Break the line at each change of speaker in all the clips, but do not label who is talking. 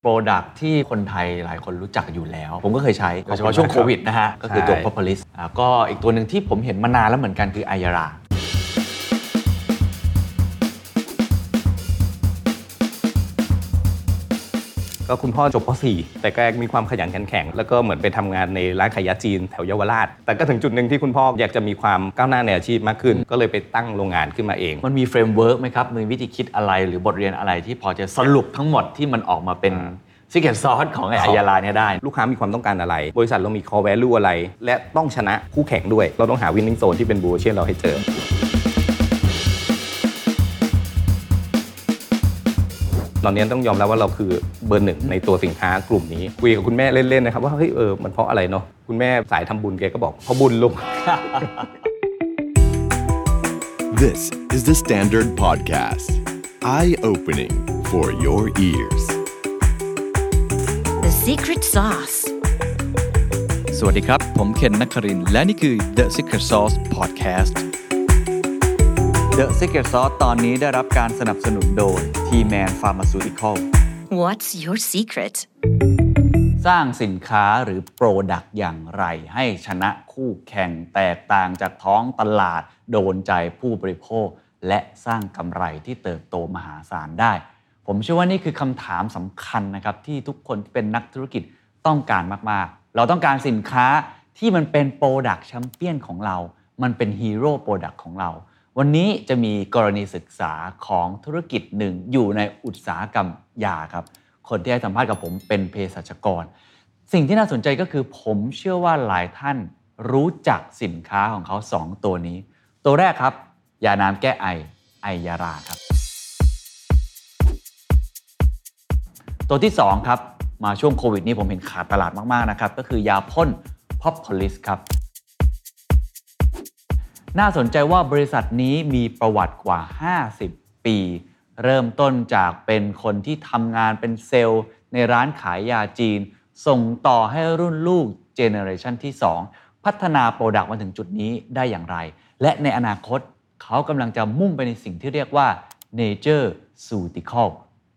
โปรดักที่คนไทยหลายคนรู้จักอยู่แล้ว ผมก็เคยใช้โดยเฉพาะช่วงโควิดนะฮะ ก็คือตัว
ใช่
p o p u l i s ก็อีกตัวหนึ่งที่ผมเห็นมานานแล้วเหมือนกันคือไอยารา
ก็คุณพ่อจบป .4 แต่แกมีความขยันขันแข็ง แล้วก็เหมือนไปทำงานในร้านขายยาจีนแถวเยาวราช แต่ก็ถึงจุดหนึ่งที่คุณพ่ออยากจะมีความก้าวหน้าในอาชีพมากขึ้น ก็เลยไปตั้งโรงงานขึ้นมาเอง
มันมีเฟรมเวิร์กไหมครับ มีวิธีคิดอะไรหรือบทเรียนอะไรที่พอจะสรุปทั้งหมดที่มันออกมาเป็นซิกเก็ตซอสของไอ
ครับ
อายาราเนี่ยได้
ลูกค้ามีความต้องการอะไร บริษัทเรามี core value อะไร และต้องชนะคู่แข่งด้วย เราต้องหา winning zone ที่เป็น blue ocean เราให้เจอ ตอนนี้ต้องยอมรับว่าเราคือเบอร์หนึ่งในตัวสินค้ากลุ่มนี้ คุยกับคุณแม่เล่น ๆ นะครับ ว่าเฮ้ยเออมันเพราะอะไรเนาะคุณแม่สายทำบุญแกก็บอกเพราะบุญลูก
This is the Standard Podcast. Eye opening for your ears.
The secret sauce.
สวัสดีครับ ผมเคนนักครินทร์และนี่คือ The Secret Sauce Podcast The Secret Sauce ตอนนี้ได้รับการสนับสนุนโดย T-Man Pharmaceutical
What's your secret?
สร้างสินค้าหรือโปรดักต์อย่างไร ให้ชนะคู่แข่งแตกต่างจากท้องตลาด โดนใจผู้บริโภค และสร้างกำไรที่เติบโตมหาศาลได้ ผมเชื่อว่านี่คือคำถามสำคัญนะครับที่ทุกคนที่เป็นนักธุรกิจต้องการมาก ๆ เราต้องการสินค้าที่มันเป็นโปรดักต์แชมเปี้ยนของเรา มันเป็นฮีโร่โปรดักต์ของเรา วันนี้จะมีกรณีศึกษาของธุรกิจหนึ่งอยู่ในอุตสาหกรรมยาครับ คนที่ให้สัมภาษณ์กับผมเป็นเภสัชกร สิ่งที่น่าสนใจก็คือผมเชื่อว่าหลายท่านรู้จักสินค้าของเขา 2 ตัวนี้ ตัวแรกครับ ยาน้ำแก้ไอ ไอยาราครับ ตัวที่ 2 ครับ มาช่วงโควิดนี้ผมเห็นขาดตลาดมาก ๆ นะครับ ก็คือยาพ่นพอ p พลิสครับ น่าสนใจว่าบริษัทนี้มีประวัติกว่า 50 ปี เริ่มต้นจากเป็นคนที่ทำงานเป็นเซลล์ ในร้านขายยาจีน ส่งต่อให้รุ่นลูกเจเนอเรชันที่ 2 พัฒนาโปรดักต์มาถึงจุดนี้ได้อย่างไร และในอนาคตเขากำลังจะมุ่งไปในสิ่งที่เรียกว่า Nature s u t i c a l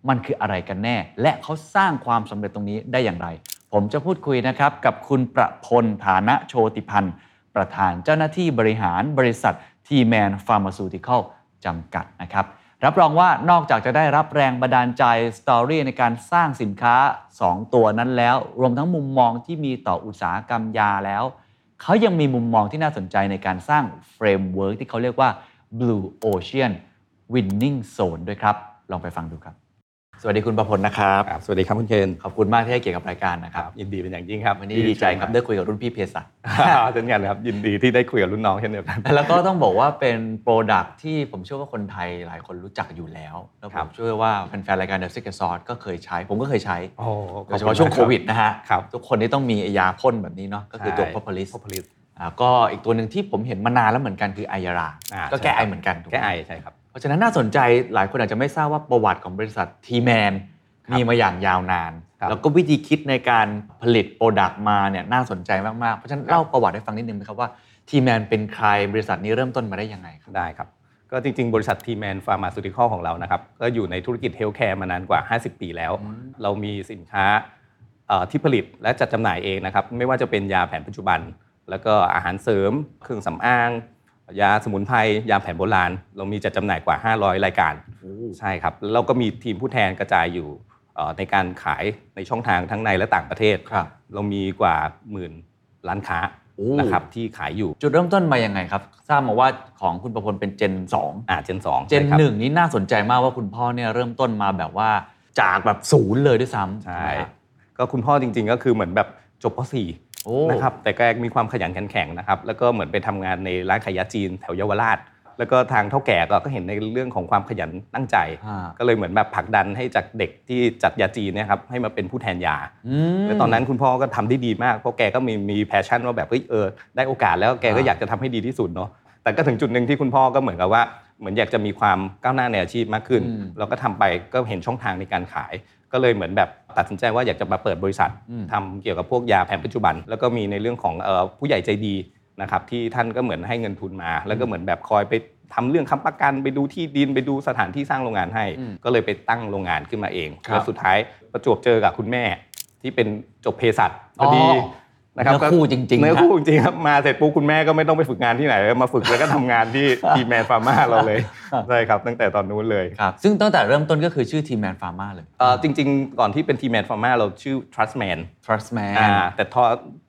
มันคืออะไรกันแน่ และเขาสร้างความสำเร็จตรงนี้ได้อย่างไร ผมจะพูดคุยนะครับกับคุณประพลฐานะโชติพันธ์ ประธานเจ้าหน้าที่บริหารบริษัททีแมนฟาร์มาซูติคอลจำกัดนะครับ รับรองว่านอกจากจะได้รับแรงบันดาลใจสตอรี่ในการสร้างสินค้า 2 ตัวนั้นแล้ว รวมทั้งมุมมองที่มีต่ออุตสาหกรรมยาแล้ว เขายังมีมุมมองที่น่าสนใจในการสร้างเฟรมเวิร์กที่เขาเรียกว่า Blue Ocean Winning Zone ด้วยครับ ลองไปฟังดูครับ สวัสดีคุณประพลนะครับ
ครับสวัสดีครับคุณเคน
ขอบคุณมากที่ให้เกียรติกับรายการนะครับ
ยินดีเป็นอย่างยิ่งครับ
วันนี้ดีใจครับได้คุยกับรุ่นพี่เพสัช
เช่นกันครับยินดีที่ได้คุยกับรุ่นน้องเช่นเดียวกัน
แล้วก็ต้องบอกว่าเป็นโปรดักที่ผมเชื่อว่าคนไทยหลายคนรู้จักอยู่แล้ว แล้ว
ค
ผ
รับ
มเชื่อว่าแฟนๆรายการ The Secret Sauce ก็เคยใช้ ผมก็เคยใช้
โอ้
โดยเฉพาะช่วงโควิดนะฮะ
ครับ
ทุกคนที่ต้องมียาพ่นแบบนี้เนาะก็คือตัว
ใช่
p o p u l i s
พอผลิต
อ่าก็อีกตัวหนึ่งที่ผมเห็นมานานแล้วเหมือนกันคือไอยารา
อ่า
ก็แก้
ใช่ครับ
ไอเหมือนกันถูกหม
แค่ไอใช่ครับ
เพราะฉะนั้นน่าสนใจหลายคนอาจจะไม่ทราบว่าประวัติของบริษัททีแมน
ครับ
มีมาอย่างยาวนาน
ครับ
แล้วก็วิธีคิดในการผลิตโปรดักต์มาเนี่ยน่าสนใจมากๆเพราะฉะนั้นเล่าประวัติให้ฟังนิดนึงไหมครับว่าทีแมนเป็นใครบริษัทนี้เริ่มต้นมาได้ยังไงครับ
ได้ครับ ก็จริง ๆ บริษัททีแมนฟาร์มาซูติคอลของเรานะครับ ก็อยู่ในธุรกิจเฮลท์แคร์มานานกว่า 50 ปีแล้ว เรามีสินค้าเอ่อที่ผลิตและจัดจำหน่ายเองนะครับ ไม่ว่าจะเป็นยาแผนปัจจุบัน แล้วก็อาหารเสริม เครื่องสำอาง ยาสมุนไพรยาแผนโบราณ เรามีจัดจำหน่ายกว่า 500 รายการ ใช่ครับแล้วเราก็มีทีมผู้แทนกระจายอยู่เอ่อในการขายในช่องทางทั้งในและต่างประเทศ
ครับ
เรามีกว่าหมื่นร้านค้า
โอ้
นะครับที่ขายอยู่
จุดเริ่มต้นมายังไงครับ ทราบมาว่าของคุณประพลเป็นเจน 2
อ่าเจนสอง
เจนหนึ่งนี่น่าสนใจมากว่าคุณพ่อเนี่ยเริ่มต้นมาแบบว่าจากแบบศูนย์เลยด้วยซ้ำ
ใช่
ไหมครับ
ก็คุณพ่อจริงๆก็คือเหมือนแบบจบป .4
โอ้
นะครับแต่แกมีความขยันขันแข็งนะครับแล้วก็เหมือนไปทำงานในร้านขายยาจีนแถวเยาวราช แล้วก็ทางเท่าแก่ก็เห็นในเรื่องของความขยันตั้งใจ
อ่า
ก็เลยเหมือนแบบผลักดันให้จากเด็กที่จัดยาจีนเนยครับให้มาเป็นผู้แทนยา
อืม
แล้วตอนนั้นคุณพ่อก็ทำได้ดีมาก เพราะแกก็มีมีแพชชั่นว่าแบบเฮ้ยเออได้โอกาสแล้วแกก็
อ่า
อยากจะทำให้ดีที่สุดเนาะแต่ก็ถึงจุดหนึ่งที่คุณพ่อก็เหมือนกับว่า เหมือนอยากจะมีความก้าวหน้าในอาชีพมากขึ้น เราก็ทำไปก็เห็นช่องทางในการขาย ก็เลยเหมือนแบบตัดสินใจว่าอยากจะมาเปิดบริษัททำเกี่ยวกับพวกยาแผนปัจจุบัน แล้วก็มีในเรื่องของเอ่อผู้ใหญ่ใจดีนะครับที่ท่านก็เหมือนให้เงินทุนมา แล้วก็เหมือนแบบคอยไป ทำเรื่องค้ำประกันไปดูที่ดินไปดูสถานที่สร้างโรงงานให้
อืม
ก็เลยไปตั้งโรงงานขึ้นมาเอง
ครับ
แล้วสุดท้ายประจวบเจอกับคุณแม่ที่เป็นจบเภสัชพอดี
อ๋อ
นะครับ
เนื้อคู่จริงๆ
เนื้อ
ครับ
คู่จริงๆครับมาเสร็จปุ๊บคุณแม่ก็ไม่ต้องไปฝึกงานที่ไหนเลยมาฝึกแล้วก็ทำงานที่ ทีแมนฟาร์มาเราเลยใช่ครับตั้งแต่ตอนนู้นเลย
ครับ ซึ่งตั้งแต่เริ่มต้นก็คือชื่อทีมแมนฟาร์มาเลย
เอ่อจริงๆ ก่อนที่เป็นทีแมนฟอร์มาเราชื่อ Trustman
trust man
อ่าแต่ทอ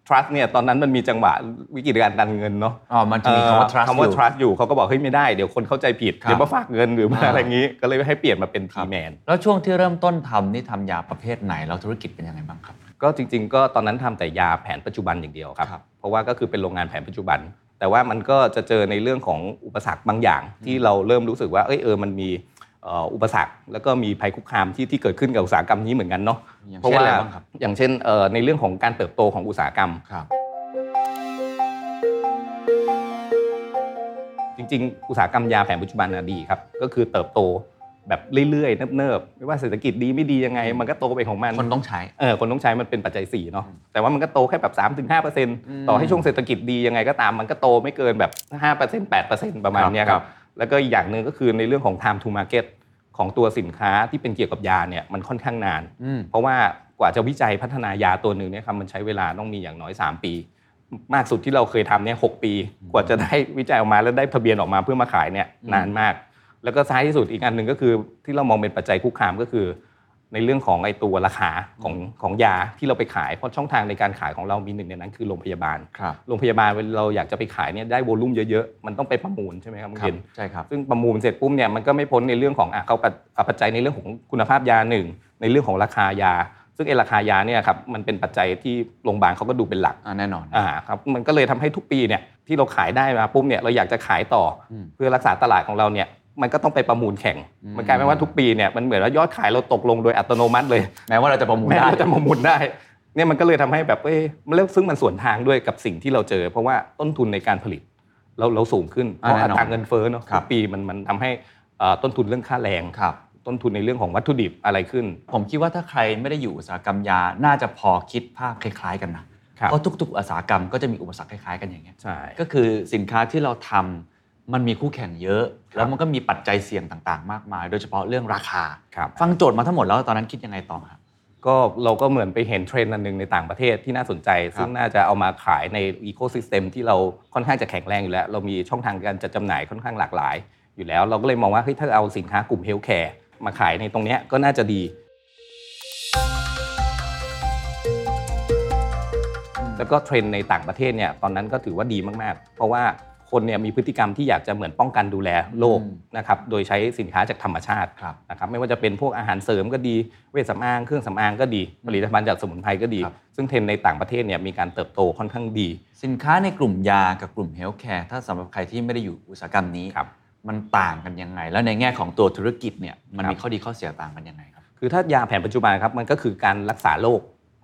Trust เนี่ยตอนนั้นมันมีจังหวะวิกฤตการการเงินเนาะ
อ๋อมันจะมีคำว่า
เอ่อ
trust
คำ
อ
ว่า
ยู่
Trust อยู่เขาก็บอกเฮ้ยไม่ได้เดี๋ยวคนเข้าใจผิด
ครับ
เดี๋ยวมาฝากเงินหรือมา
อ่า
อะไรอย่างนี้ ก็เลยให้เปลี่ยนมาเป็นทีแมน
แล้วช่วงที่เริ่มต้นทำนี่ทำยาประเภทไหน แล้วธุรกิจเป็นยังไงบ้างครับ
ก็จริง ๆ ก็ตอนนั้นทำแต่ยาแผนปัจจุบันอย่างเดียวครับ
ครับ
เพราะว่าก็คือเป็นโรงงานแผนปัจจุบัน แต่ว่ามันก็จะเจอในเรื่องของอุปสรรคบางอย่าง ที่เราเริ่มรู้สึกว่าเอ้ยเออมันมีเอ่ออุปสรรค แล้วก็มีภัยคุกคามที่ที่เกิดขึ้นกับอุตสาหกรรมนี้เหมือนกันเนาะ
อย่างเช่น
เพราะว่า
อะไรบ้างครับ
อย่างเช่นเอ่อในเรื่องของการเติบโตของอุตสาหกรรม
ครับ
จริงๆ อุตสาหกรรมยาแผนปัจจุบันน่ะดีครับ ก็คือเติบโตแบบเรื่อยๆ เนิบๆ ไม่ว่าเศรษฐกิจดีไม่ดียังไง มันก็โตไปของมัน
คนต้องใช้
เออคนต้องใช้มันเป็นปัจจัย4เนาะแต่ว่ามันก็โตแค่แบบ3-5%
ม
ต่อให้ช่วงเศรษฐกิจดียังไงก็ตามมันก็โตไม่เกินแบบ5% 8%ประมาณเนี้ย
ค
ค
รั
รับ บแล้วก็อีกอย่างหนึ่งก็คือในเรื่องของ time to market ของตัวสินค้าที่เป็นเกี่ยวกับยาเนี่ยมันค่อนข้างนาน
อืม
เพราะว่ากว่าจะวิจัยพัฒนายาตัวหนึ่งเนี่ยครับมันใช้เวลาต้องมีอย่างน้อย 3 ปี มากสุดที่เราเคยทำเนี่ยหกปี กว่าจะได้วิจัยออกมาแล้วได้ทะเบียนออกมาเพื่อมาขายเนี่ย
อืม
นานมาก แล้วก็ท้ายที่สุดอีกอันหนึ่งก็คือที่เรามองเป็นปัจจัยคุกคามก็คือ ในเรื่องของไอ้ตัวราคาของของยาที่เราไปขายเพราะช่องทางในการขายของเรามีหนึ่งในนั้นคือโรงพยาบาล
ครับ
โรงพยาบาลเวลาเราอยากจะไปขายเนี่ยได้โวลุ่มเยอะๆมันต้องไปประมูลใช่ไหมครับคุณ
ครั
เก
บ
ณฑ
ใช่ครับ
ซึ่งประมูลเสร็จปุ๊บเนี่ยมันก็ไม่พ้นในเรื่องของอ่ะเขาปัจอ่ะปัจจัยในเรื่องของคุณภาพยาหนึ่งในเรื่องของราคายา ซึ่งไอราคายาเนี่ยครับมันเป็นปัจจัยที่โรงพยาบาลเขาก็ดูเป็นหลัก
อ่าแน่นอน
อ่าครับมันก็เลยทำให้ทุกปีเนี่ยที่เราขายได้มาปุ๊บเนี่ยเราอยากจะขายต่ออ
ม
เพื่อรักษาตลาดของเราเนี่ยมันก็ต้องไปประมูลแข่ง
อืม
มันกลายเป็นว่าทุกปีเนี่ยมันเหมือนว่ายอดขายเราตกลงโดยอัตโนมัติเลย
แม้ว่าเราจะประมูล
แม้
ได้
เราจะมาหมุนได้เนี่ยมันก็เลยทำให้แบบเอ้ยมันเรียกซึ่งมันสวนทางด้วยกับสิ่งที่เราเจอ เพราะว่าต้นทุนในการผลิตเราเราสูงขึ้นเพ
อ่า
ราะ
แน่
อั
นอน
ตราเงินเฟ้อเนาะ
ครับ
ทุกปีมันมันทำให้เอ่อต้นทุนเรื่องค่าแรง
ครับ
ต้นทุนในเรื่องของวัตถุดิบอะไรขึ้น
ผมคิดว่าถ้าใครไม่ได้อยู่อุตสาหกรรมยา น่าจะพอคิดภาพคล้าย ๆ กันนะ
ครับ
เพราะทุก ๆ อุตสาหกรรมก็จะมีอุปสรรคคล้าย ๆ กันอย่างเงี้ย
ใช่
ก็คือสินค้าที่เราทำมันมีคู่แข่งเยอะ แล้วมันก็มีปัจจัยเสี่ยงต่างๆ มากมาย โดยเฉพาะเรื่องราคา
ครับ
ฟังโจทย์มาทั้งหมดแล้วตอนนั้นคิดยังไงต่อครับ
ก็เราก็เหมือนไปเห็นเทรนด์อันหนึ่งในต่างประเทศที่น่าสนใจ ซึ่งน่าจะเอามาขายในอีโคซิสเต็มที่เราค่อนข้างจะแข็งแรงอยู่แล้ว เรามีช่องทางการจัดจำหน่ายค่อนข้างหลากหลาย อยู่แล้วเราก็เลยมองว่าเฮ้ยถ้าเอาสินค้ากลุ่มเฮลท์แคร์มาขายในตรงเนี้ยก็น่าจะดี แล้วก็เทรนด์ในต่างประเทศเนี่ยตอนนั้นก็ถือว่าดีมาก ๆ เพราะว่าคนเนี่ยมีพฤติกรรมที่อยากจะเหมือนป้องกันดูแลโรค
อืม
นะครับโดยใช้สินค้าจากธรรมชาติ
ครับ
นะครับไม่ว่าจะเป็นพวกอาหารเสริมก็ดีเวชสำอางเครื่องสำอางก็ดีผลิตภัณฑ์จากสมุนไพรก็ดี
ครับ
ซึ่งเทรนด์ในต่างประเทศเนี่ยมีการเติบโตค่อนข้างดี
สินค้าในกลุ่มยากับกลุ่มเฮลท์แคร์ถ้าสำหรับใครที่ไม่ได้อยู่อุตสาหกรรมนี้
ครับ
มันต่างกันยังไง แล้วในแง่ของตัวธุรกิจเนี่ยมันมี
ครับ
ข้อดีข้อเสียต่างกันยังไงครับ
คือถ้ายาแผนปัจจุบันครับมันก็คือการรักษาโรค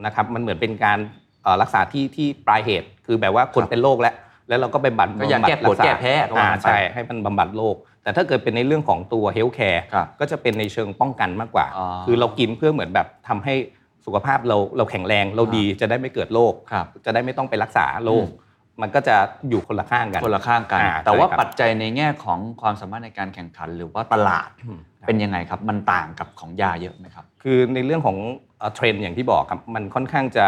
นะครับมันเหมือนเป็นการเอ่อรักษาที่ที่ปลายเหตุ คือแบบว่าคนเป็นโรคแล้ว แล้วเราก็ไปบัตร
ก็อยากแก้ปวดแก้แพ้ก็ว่า
อ่า
กันไป
ใช่ให้มันบำบัดโรคแต่ถ้าเกิดเป็นในเรื่องของตัวเฮลท์แคร์
ครับ
ก็จะเป็นในเชิงป้องกันมากกว่า
อ๋อ
คือเรากินเพื่อเหมือนแบบทำให้สุขภาพเราเราแข็งแรงเรา
ครับ
ดีจะได้ไม่เกิดโรค
ครับ
จะได้ไม่ต้องไปรักษาโรค
อืม
มันก็จะอยู่คนละข้างกัน
คนละข้างกัน
อ่า
แต่ว่า
ใช่ครับ
ปัจจัยในแง่ของความสามารถในการแข่งขันหรือว่าตลาด
อืม
เป็นยังไงครับ มันต่างกับของยาเยอะไหมครับ
คือในเรื่องของเอ่อเทรนด์อย่างที่บอกครับมันค่อนข้างจะ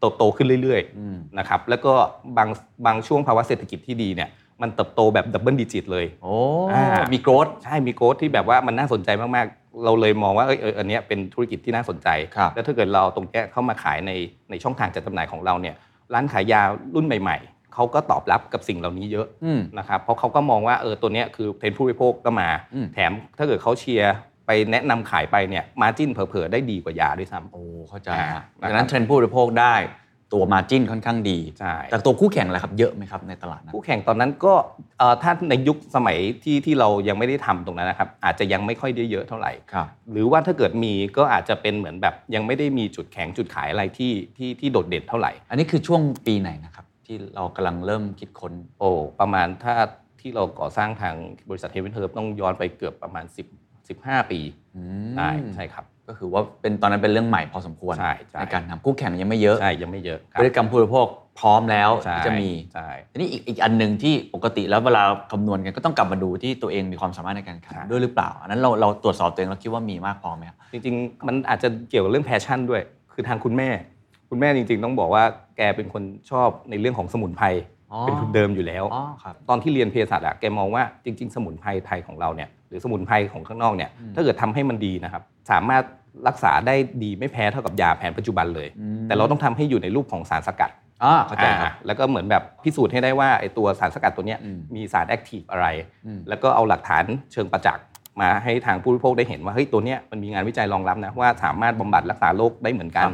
เติบโตขึ้นเรื่อย
อืม
ๆนะครับแล้วก็บางบางช่วงภาวะเศรษฐกิจที่ดีเนี่ยมันเติบโตแบบดับเบิลดิจิตเลย
โอ้
อ่ามี
มีโกรธ
ใช่มีโกดที่แบบว่ามันน่าสนใจมากๆ เราเลยมองว่าเอยเอยอันเนี้ยเป็นธุรกิจที่น่าสนใจ
ครับ
แล้วถ้าเกิดเราเอาตรงเนี้ยเข้ามาขายในในช่องทางจัดจำหน่ายของเราเนี่ยร้านขายยารุ่นใหม่ ๆเขาก็ตอบรับกับสิ่งเหล่านี้เยอะ
อืม
นะครับเพราะเขาก็มองว่าเออตัวเนี้ยคือเทรนด์ผู้บริโภคก็มา
อืม
แถมถ้าเกิดเขาเชียร์ไปแนะนำขายไปเนี่ยมาจิ้นเผลอๆได้ดีกว่ายาด้วยซ้ำ
โอ้เข้าใจฮะ
อ่า
ดังนั้นเทรนด์ผู้บริโภคได้ตัวมาจิ n นค่อนข้างดี
ใช่
แต่ตัวคู่แข่งอะไรครับเยอะไหมครับในตลาดนั้น
คู่แข่งตอนนั้นก็เอ่อถ้าในยุคสมัยที่ที่เรายังไม่ได้ทำตรงนั้นนะครับ อาจจะยังไม่ค่อยได้เยอะเท่าไหร่
ครับ
หรือว่าถ้าเกิดมีก็อาจจะเป็นเหมือนแบบยังไม่ได้มีจุดแข็งจุดขายอะไรที่ที่ที่โดดเด่นเท่าไหร่
อันนี้คือช่วงปีไหนนะครับ ที่เรากำลังเริ่มคิดค้น
โอ้ประมาณถ้าที่เราก่อสร้างทางบริษัทเฮเวนเทิร์ต้องย้อนไปเกือบประมาณ 10 15 ปี
อืม
ได้ใช่ครับ
ก็คือว่าเป็นตอนนั้นเป็นเรื่องใหม่พอสมควร
ใช่ใช่
การทำคู่แข่งยังไม่เยอะ
ใช่ยังไม่เยอะค
พ
รับ
ฤติกรรมผู้บริโภค พร้อมแล้วที่จะมี
ใช่
ทีนี้อีกอีกอันหนึ่งที่ปกติแล้วเวลาคำนวณกันก็ต้องกลับมาดูที่ตัวเองมีความสามารถในการแข่งขันด้วยหรือเปล่า อันนั้นเราเราตรวจสอบตัวเองเราคิดว่ามีมากพอไหมครับ
จริงๆ มันอาจจะเกี่ยวกับเรื่องแพชชั่นด้วย คือทางคุณแม่ คุณแม่จริง ๆ ต้องบอกว่าแกเป็นคนชอบในเรื่องของสมุนไพรเป็นทุนเดิมอยู่แล้ว
อ๋อครับ
ตอนที่เรียนเภสัชอะแกมองว่าจริง ๆ สมุนไพรไทยของเราเนี่ยหรือสมุนไพรของข้างนอกเนี่ย
อืม
ถ้าเกิดทำให้มันดีนะครับ สามารถรักษาได้ดีไม่แพ้เท่ากับยาแผนปัจจุบันเลย
อืม
แต่เราต้องทำให้อยู่ในรูปของสารสกัด
อ่าเข้าใจครับ
อ่าแล้วก็เหมือนแบบพิสูจน์ให้ได้ว่าไอตัวสารสกัดตัวเนี้ย
อืม
มีสารแอคทีฟอะไร
อืม
แล้วก็เอาหลักฐานเชิงประจักษ์มาให้ทางผู้บริโภคได้เห็นว่าเฮ้ยตัวเนี้ยมันมีงานวิจัยรองรับนะว่าสามารถบำบัดรักษาโรคได้เหมือนกัน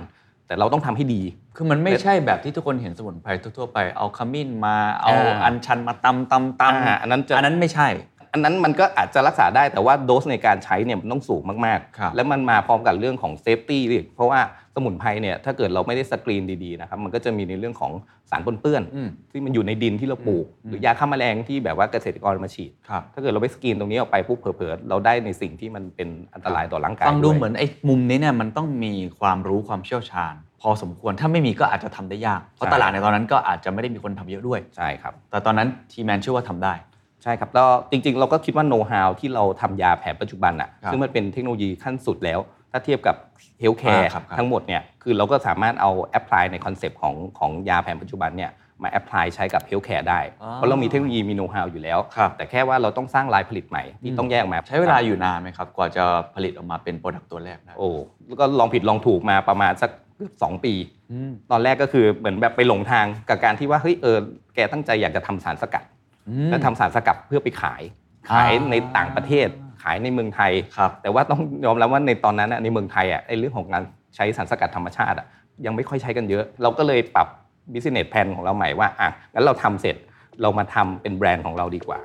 แต่เราต้องทำให้ดี
คือมันไม่ใช่แบบที่ทุกคนเห็นสมุนไพรทั่วๆไปเอาขมิ้นมาเอา
อ่า
อัญชันมาตำตำตำ
อ่าอันนั้นจะ
อันนั้นไม่ใช่
อันนั้นมันก็อาจจะรักษาได้แต่ว่าโดสในการใช้เนี่ยมันต้องสูงมาก
ครับ
ๆ แล้วมันมาพร้อมกับเรื่องของเซฟตี้อีกเพราะว่าสมุนไพรเนี่ยถ้าเกิดเราไม่ได้สกรีนดีๆนะครับมันก็จะมีในเรื่องของสารปนเปื้อน
อืม
ที่มันอยู่ในดินที่เราปลูก
อืม
หรือยาฆ่าแมลงที่แบบว่าเกษตรกรมาฉีด
ครับ
ถ้าเกิดเราไปสกรีนตรงนี้ออกไปปุ๊บเผลอๆเราได้ในสิ่งที่มันเป็นอันตรายต่อร่างกาย
ฟังดู
วย
เหมือนไอ้มุมนี้เนี่ยมันต้องมีความรู้ความเชี่ยวชาญ พอสมควรถ้าไม่มีก็อาจจะทำได้ยาก เพราะ
ใช่
ตลาดในตอนนั้นก็อาจจะไม่ได้มีคนทำเยอะด้วย
ใช่ครับ
แต่ตอนนั้นทีแมนเชื่อว่าทำได้
ใช่ครับแล้วจริงๆ เราก็คิดว่าโน้ตฮาวที่เราทำยาแผนปัจจุบันอ่ะ
ครับ
ซึ่งมันเป็นเทคโนโลยีขั้นสุดแล้ว ถ้าเทียบกับเฮลท์แคร์
อ่าครับครับ
ทั้งหมดเนี่ยคือเราก็สามารถเอาแอพพลายในคอนเซปต์ของของยาแผนปัจจุบันเนี่ยมาแอพพลายใช้กับเฮลท์แคร์ได้ เพราะเรามีเทคโนโลยีมีโน้ตฮาวอยู่แล้ว
ครับ
แต่แค่ว่าเราต้องสร้างลายผลิตใหม่ที่
อืม
ต้องแยกมา
ใช้เวลาอยู่นานไหมครับ กว่าจะผลิตออกมาเป็นโปรดักต์ตัวแรกได้
โอ้แล้วก็ลองผิดลองถูกมาประมาณสักเกือบสองปี
อืม
ตอนแรกก็คือเหมือนแบบไปหลงทางกับการที่ว่าเฮ้ยเออแกตั้งใจอยากจะทำสารสกัด
อืม
และทำสารสกัดเพื่อไปขาย ขาย
อ่า
ในต่างประเทศ ขายในเมืองไทย
ครับ
แต่ว่าต้องยอมรับว่าในตอนนั้นน่ะในเมืองไทยอ่ะไอ้เรื่องของการใช้สารสกัดธรรมชาติอ่ะยังไม่ค่อยใช้กันเยอะ เราก็เลยปรับ business plan ของเราใหม่ว่าอ่ะงั้นเราทำเสร็จเรามาทำเป็นแบรนด์ของเราดีกว่า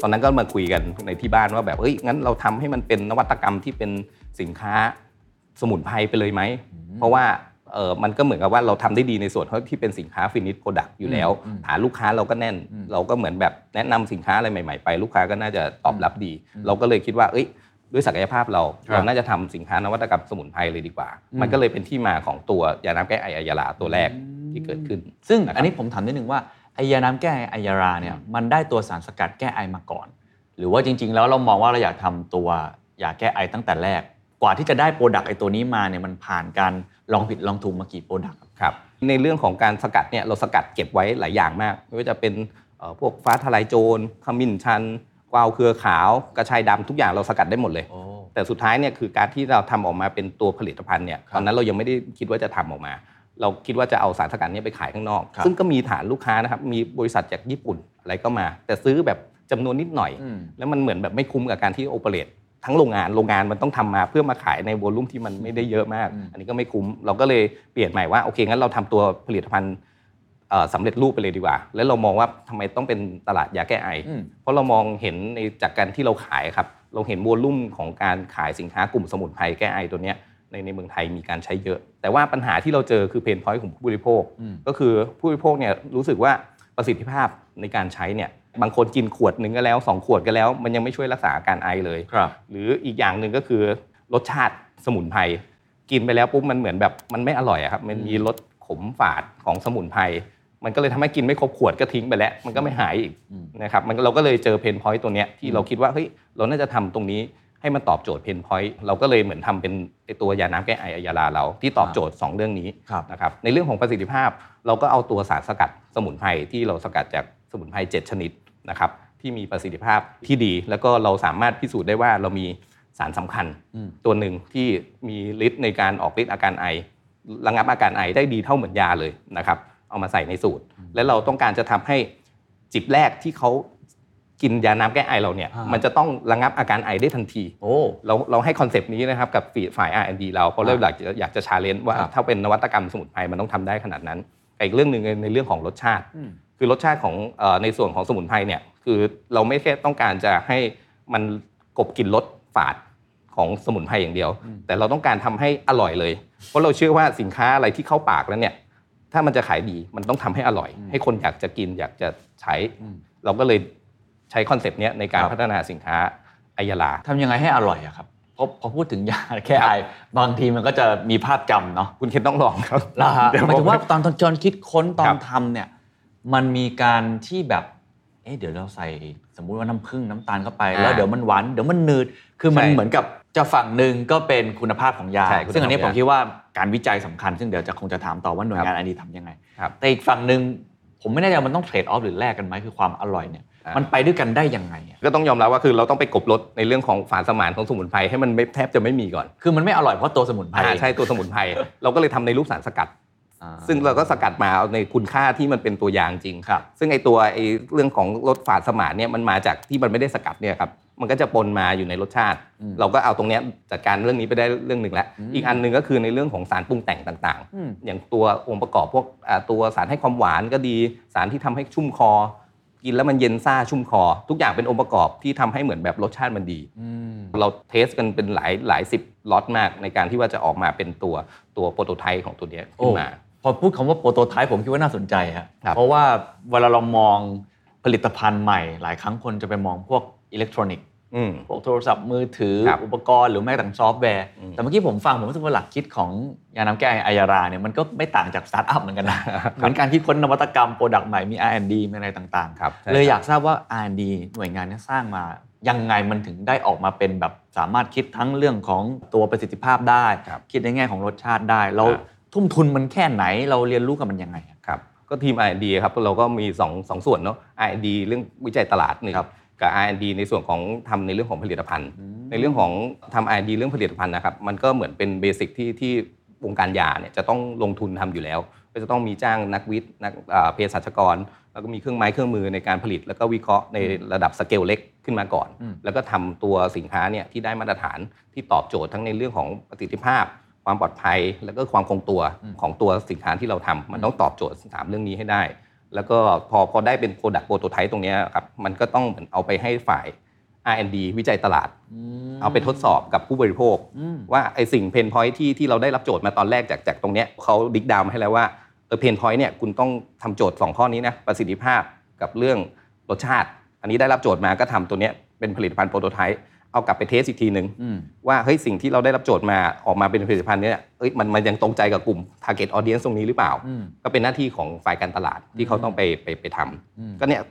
ตอนนั้นก็มาคุยกันในที่บ้านว่าแบบเอ้ยงั้นเราทำให้มันเป็นนวัตกรรมที่เป็นสินค้าสมุนไพรไปเลยไหม เพราะว่าเออมันก็เหมือนกับว่าเราทำได้ดีในส่วนที่เป็นสินค้าฟินิชโปรดักต์อยู่แล้ว
อืมอืม
ฐานลูกค้าเราก็แน่น
อืม
เราก็เหมือนแบบแนะนำสินค้าอะไรใหม่ๆไป ลูกค้าก็น่าจะตอบรับดี
อืม
เราก็เลยคิดว่า เอ้ย ด้วยศักยภาพเรา
ครับ
เราน่าจะทำสินค้านวัตกรรมสมุนไพรเลยดีกว่า
อืม
มันก็เลยเป็นที่มาของตัวยาน้ำแก้ไออายาลาตัวแรกที่เกิดขึ้น
ซึ่ง
นะครับ
อันนี้ผมถามนิดนึงว่าไอยาน้ำแก้ไอไอยาราเนี่ยมันได้ตัวสารสกัดแก้ไอมาก่อน หรือว่าจริง ๆ แล้วเรามองว่าเราอยากทำตัวยาแก้ไอตั้งแต่แรก กว่าที่จะได้โปรดักต์ไอตัวนี้มาเนี่ยมันผ่านการลองผิดลองถูกมากี่โปรดักต์
ครับในเรื่องของการสกัดเนี่ยเราสกัดเก็บไว้หลายอย่างมาก ไม่ว่าจะเป็นเอ่อพวกฟ้าทลายโจรขมิ้นชันกวาวเครือขาวกระชายดำทุกอย่างเราสกัดได้หมดเลย แต่สุดท้ายเนี่ยคือการที่เราทำออกมาเป็นตัวผลิตภัณฑ์เนี่ย
ครับ
ตอนนั้นเรายังไม่ได้คิดว่าจะทำออกมา เราคิดว่าจะเอาสารสกัดเนี้ไปขายข้างนอก
ครับ
ซึ่งก็มีฐานลูกค้านะครับมีบริษัทจากญี่ปุ่นอะไรก็มา แต่ซื้อแบบจำนวนนิดหน่อย
อืม
แล้วมันเหมือนแบบไม่คุ้มกับการที่โอเปเรตทั้งโรงงานโรงงานมันต้องทำมาเพื่อมาขายในวอลลุ่มที่มันไม่ได้เยอะมาก
อืม
อันนี้ก็ไม่คุ้ม เราก็เลยเปลี่ยนใหม่ว่าโอเคงั้นเราทำตัวผลิตภัณฑ์เอ่อสำเร็จรูปไปเลยดีกว่า แล้วเรามองว่าทำไมต้องเป็นตลาดยาแก้ไอ
อืม
เพราะเรามองเห็นในจากการที่เราขายครับ เราเห็นวอลลุ่มของการขายสินค้ากลุ่มสมุนไพรแก้ไอตัวเนี้ยในในเมืองไทยมีการใช้เยอะ แต่ว่าปัญหาที่เราเจอคือเพนพอยต์ของผู้บริโภค
อืม
ก็คือผู้บริโภคเนี่ยรู้สึกว่าประสิทธิภาพในการใช้เนี่ยบางคนกินขวดหนึ่งก็แล้วสองขวดก็แล้ว มันยังไม่ช่วยรักษาอาการไอเลย
ครับ
หรืออีกอย่างหนึ่งก็คือรสชาติสมุนไพรกินไปแล้วปุ๊บมันเหมือนแบบมันไม่อร่อยอะครับมันมีรสขมฝาดของสมุนไพรมันก็เลยทำให้กินไม่ครบขวดก็ทิ้งไปแล้ว มันก็ไม่หายอีก
อืม
นะครับมันเราก็เลยเจอเพนพอยต์ตัวเนี้ยที่เราคิดว่าเฮ้ยเราน่าจะทำตรงนี้ให้มันตอบโจทย์เพนพอยต์เราก็เลยเหมือนทำเป็นไอ้ตัวยาน้ำแก้ไออายาลาเราที่ตอบโจทย์ 2 เรื่องนี้
ครับ
นะครับในเรื่องของประสิทธิภาพเราก็เอาตัวสารสกัดสมุนไพรที่เราสกัดจากสมุนไพร7ชนิด นะครับที่มีประสิทธิภาพที่ดี แล้วก็เราสามารถพิสูจน์ได้ว่าเรามีสารสำคัญ
อืม
ตัวหนึ่งที่มีฤทธิ์ในการออกฤทธิ์อาการไอระงับอาการไอได้ดีเท่าเหมือนยาเลยนะครับเอามาใส่ในสูตร และเราต้องการจะทำให้จิบแรกที่เขากินยาน้ำแก้ไอเราเนี่ย
อ่ามั
มันจะtoต้องระงับอาการไอได้ทันที
โอ้
เราเราให้คอนเซปต์นี้นะครับกับฝ่าย R&D เราเพราะเราอยากจะอยากจะชาเลนจ์ว่า
ครับ
ถ้าเป็นนวัตกรรมสมุนไพรมันต้องทำได้ขนาดนั้นแต่อีกเรื่องหนึ่งในเรื่องของรสชาติ
อืม
คือรสชาติของเอ่อในส่วนของสมุนไพรเนี่ยคือเราไม่แค่ต้องการจะให้มันกลบกลิ่นรสฝาดของสมุนไพรอย่างเดียว แต่เราต้องการทำให้อร่อยเลย เพราะเราเชื่อว่าสินค้าอะไรที่เข้าปากแล้วเนี่ยถ้ามันจะขายดีมันต้องทำให้อร่อย ให้คนอยากจะกินอยากจะใช้
อืม
เราก็เลยใช้คอนเซปต์เนี้ยในการ
ครับ
พัฒนาสินค้าไอยาลา
ทำยังไงให้อร่อยอะครับ พอพอพูดถึงยาแค่ไอบางทีมันก็จะมีภาพจำเนาะ
คุณเคนต้องลองครับ
ล่ะฮะ
เดี๋ย
หมายถึงว่า
ผ
ตอนตอนจนคิดค้นตอ
ครั
น
บ
ทำเนี่ย มันมีการที่แบบเอ๊ะเดี๋ยวเราใส่สมมุติว่าน้ำผึ้งน้ำตาลเข้าไปแล้วเดี๋ยวมันหวานเดี๋ยวมันหนืดคือมัน
ใช่
เหมือนกับจะฝั่งหนึ่งก็เป็นคุณภาพของยา
ใช่คุณภาพ
ซึ่งอันนี้
ขอ
ผ
งยาม
คิดว่าการวิจัยสำคัญ ซึ่งเดี๋ยวจะคงจะถามต่อว่าหน่วย
ครับ
งานอันนี้ทำยังไง
ครับ
แต่อีกฝั่งหนึ่งผมไม่แน่ใจว่ามันต้องเทรดออฟหรือแลกกันไหมคือความอร่อยเนี่ย
อ่ามั
มันไปด้วยกันได้ยังไงอะ
ก็ต้องยอมรับว่าคือเราต้องไปกลบลดในเรื่องของฝานสมานของสมุนไพรให้มันไม่แทบจะไม่มีก่อน
คือมันไม่อร่อยเพราะตัวสมุนไพร
อ่าใช่ตัวสมุนไพรเราก็เลยทำในรูปสารสกัด
อ่า
ซึ่งเราก็สกัดมาเอาในคุณค่าที่มันเป็นตัวอย่างจริง
ครับ
ซึ่งไอตัวไอเรื่องของรสฝาดสมานเนี่ยมันมาจากที่มันไม่ได้สกัดเนี่ยครับ มันก็จะปนมาอยู่ในรสชาติ
อืม
เราก็เอาตรงเนี้ยจัดการเรื่องนี้ไปได้เรื่องหนึ่งแล้ว
อืม
อีกอันหนึ่งก็คือในเรื่องของสารปรุงแต่งต่าง
อืม
ๆ อย่างตัวองค์ประกอบพวกอ่าตัวสารให้ความหวานก็ดี สารที่ทำให้ชุ่มคอ กินแล้วมันเย็นซ่าชุ่มคอ ทุกอย่างเป็นองค์ประกอบที่ทำให้เหมือนแบบรสชาติมันดี
อืม
เราเทสกันเป็นหลายหลายสิบล็อตมากในการที่ว่าจะออกมาเป็นตัวตัวโปรโตไทป์ของตัวเนี้ยขึ้นมา
พอพูดคำว่าโปรโตไทป์ผมคิดว่าน่าสนใจฮะ
ครับ
เพราะว่าเวลาเรามองผลิตภัณฑ์ใหม่ หลายครั้งคนจะไปมองพวกอิเล็กทรอนิกส์
อืม
พวกโทรศัพท์มือถือ
ครับ
อุปกรณ์หรือแม้กระทั่งซอฟต์แวร์
อืม
แต่เมื่อกี้ผมฟัง ผมรู้สึกว่าหลักคิดของยาน้ำแก้ไอายาราเนี่ยมันก็ไม่ต่างจากสตาร์ทอัพเหมือนกัน นะเหมือนการคิดค้นนวัตกรรมโปรดักต์ใหม่มี R&D มีอะไรต่าง
ครับใช่
เลยอยากทราบว่า R&D หน่วยงานเนี้สร้างมายังไงมันถึงได้ออกมาเป็นแบบสามารถคิดทั้งเรื่องของตัวประสิทธิภาพได้
ครับ
คิดในแง่ของรสชาติได้เรา
ครับ
ทุ่มทุนมันแค่ไหนเราเรียนรู้กับมันยังไงอะ
ครับก็ทีม R&D ครับเราก็มี2องสองส่วนเนาะ R&D เรื่องวิจัยตลาดหนึ่ง
ครับ
กับ R&D ในส่วนของทำในเรื่องของผลิตภัณฑ์ ในเรื่องของทำ R&D เรื่องผลิตภัณฑ์นะครับมันก็เหมือนเป็นเบสิกที่ที่วงการยาเนี่ยจะต้องลงทุนทำอยู่แล้ว ก็จะต้องมีจ้างนักวิทย์นักอ่าเภสัชกร แล้วก็มีเครื่องไม้เครื่องมือในการผลิต แล้วก็วิเคราะห์ในระดับสเกลเล็กขึ้นมาก่อน
อืม
แล้วก็ทำตัวสินค้าเนี่ยที่ได้มาตรฐานที่ตอบโจทย์ทั้งในเรื่องของประสิทธิภาพ ความปลอดภัย แล้วก็ความคงตัว
อืม
ของตัวสินค้าที่เราทำมันต้องตอบโจทย์สามเรื่องนี้ให้ได้ แล้วก็พอพอได้เป็นโปรดักต์โปรโตไทป์ตรงเนี้ยครับมันก็ต้องเหมือนเอาไปให้ฝ่าย R&D วิจัยตลาด เอาไปทดสอบกับผู้บริโภค
อืม
ว่าไอสิ่งเพนพอยที่ที่เราได้รับโจทย์มาตอนแรกจากจากตรงเนี้ยเขาดิกดาวมาให้แล้วว่าเออเพนพอยเนี่ยคุณต้องทำโจทย์ 2 ข้อนี้นะประสิทธิภาพกับเรื่องรสชาติ อันนี้ได้รับโจทย์มาก็ทำตัวเนี้ยเป็นผลิตภัณฑ์โปรโตไทป์เอากลับไปเทสอีกทีหนึ่ง
อืม
ว่าเฮ้ยสิ่งที่เราได้รับโจทย์มาออกมาเป็นผลิตภัณฑ์เนี้ยเอ้ยมันมันยังตรงใจกับกลุ่ม target audience ตรงนี้หรือเปล่า
อืม
ก็เป็นหน้าที่ของฝ่ายการตลาดที่เขาต้องไปไปไปท
อืม
ำก็เนี่ย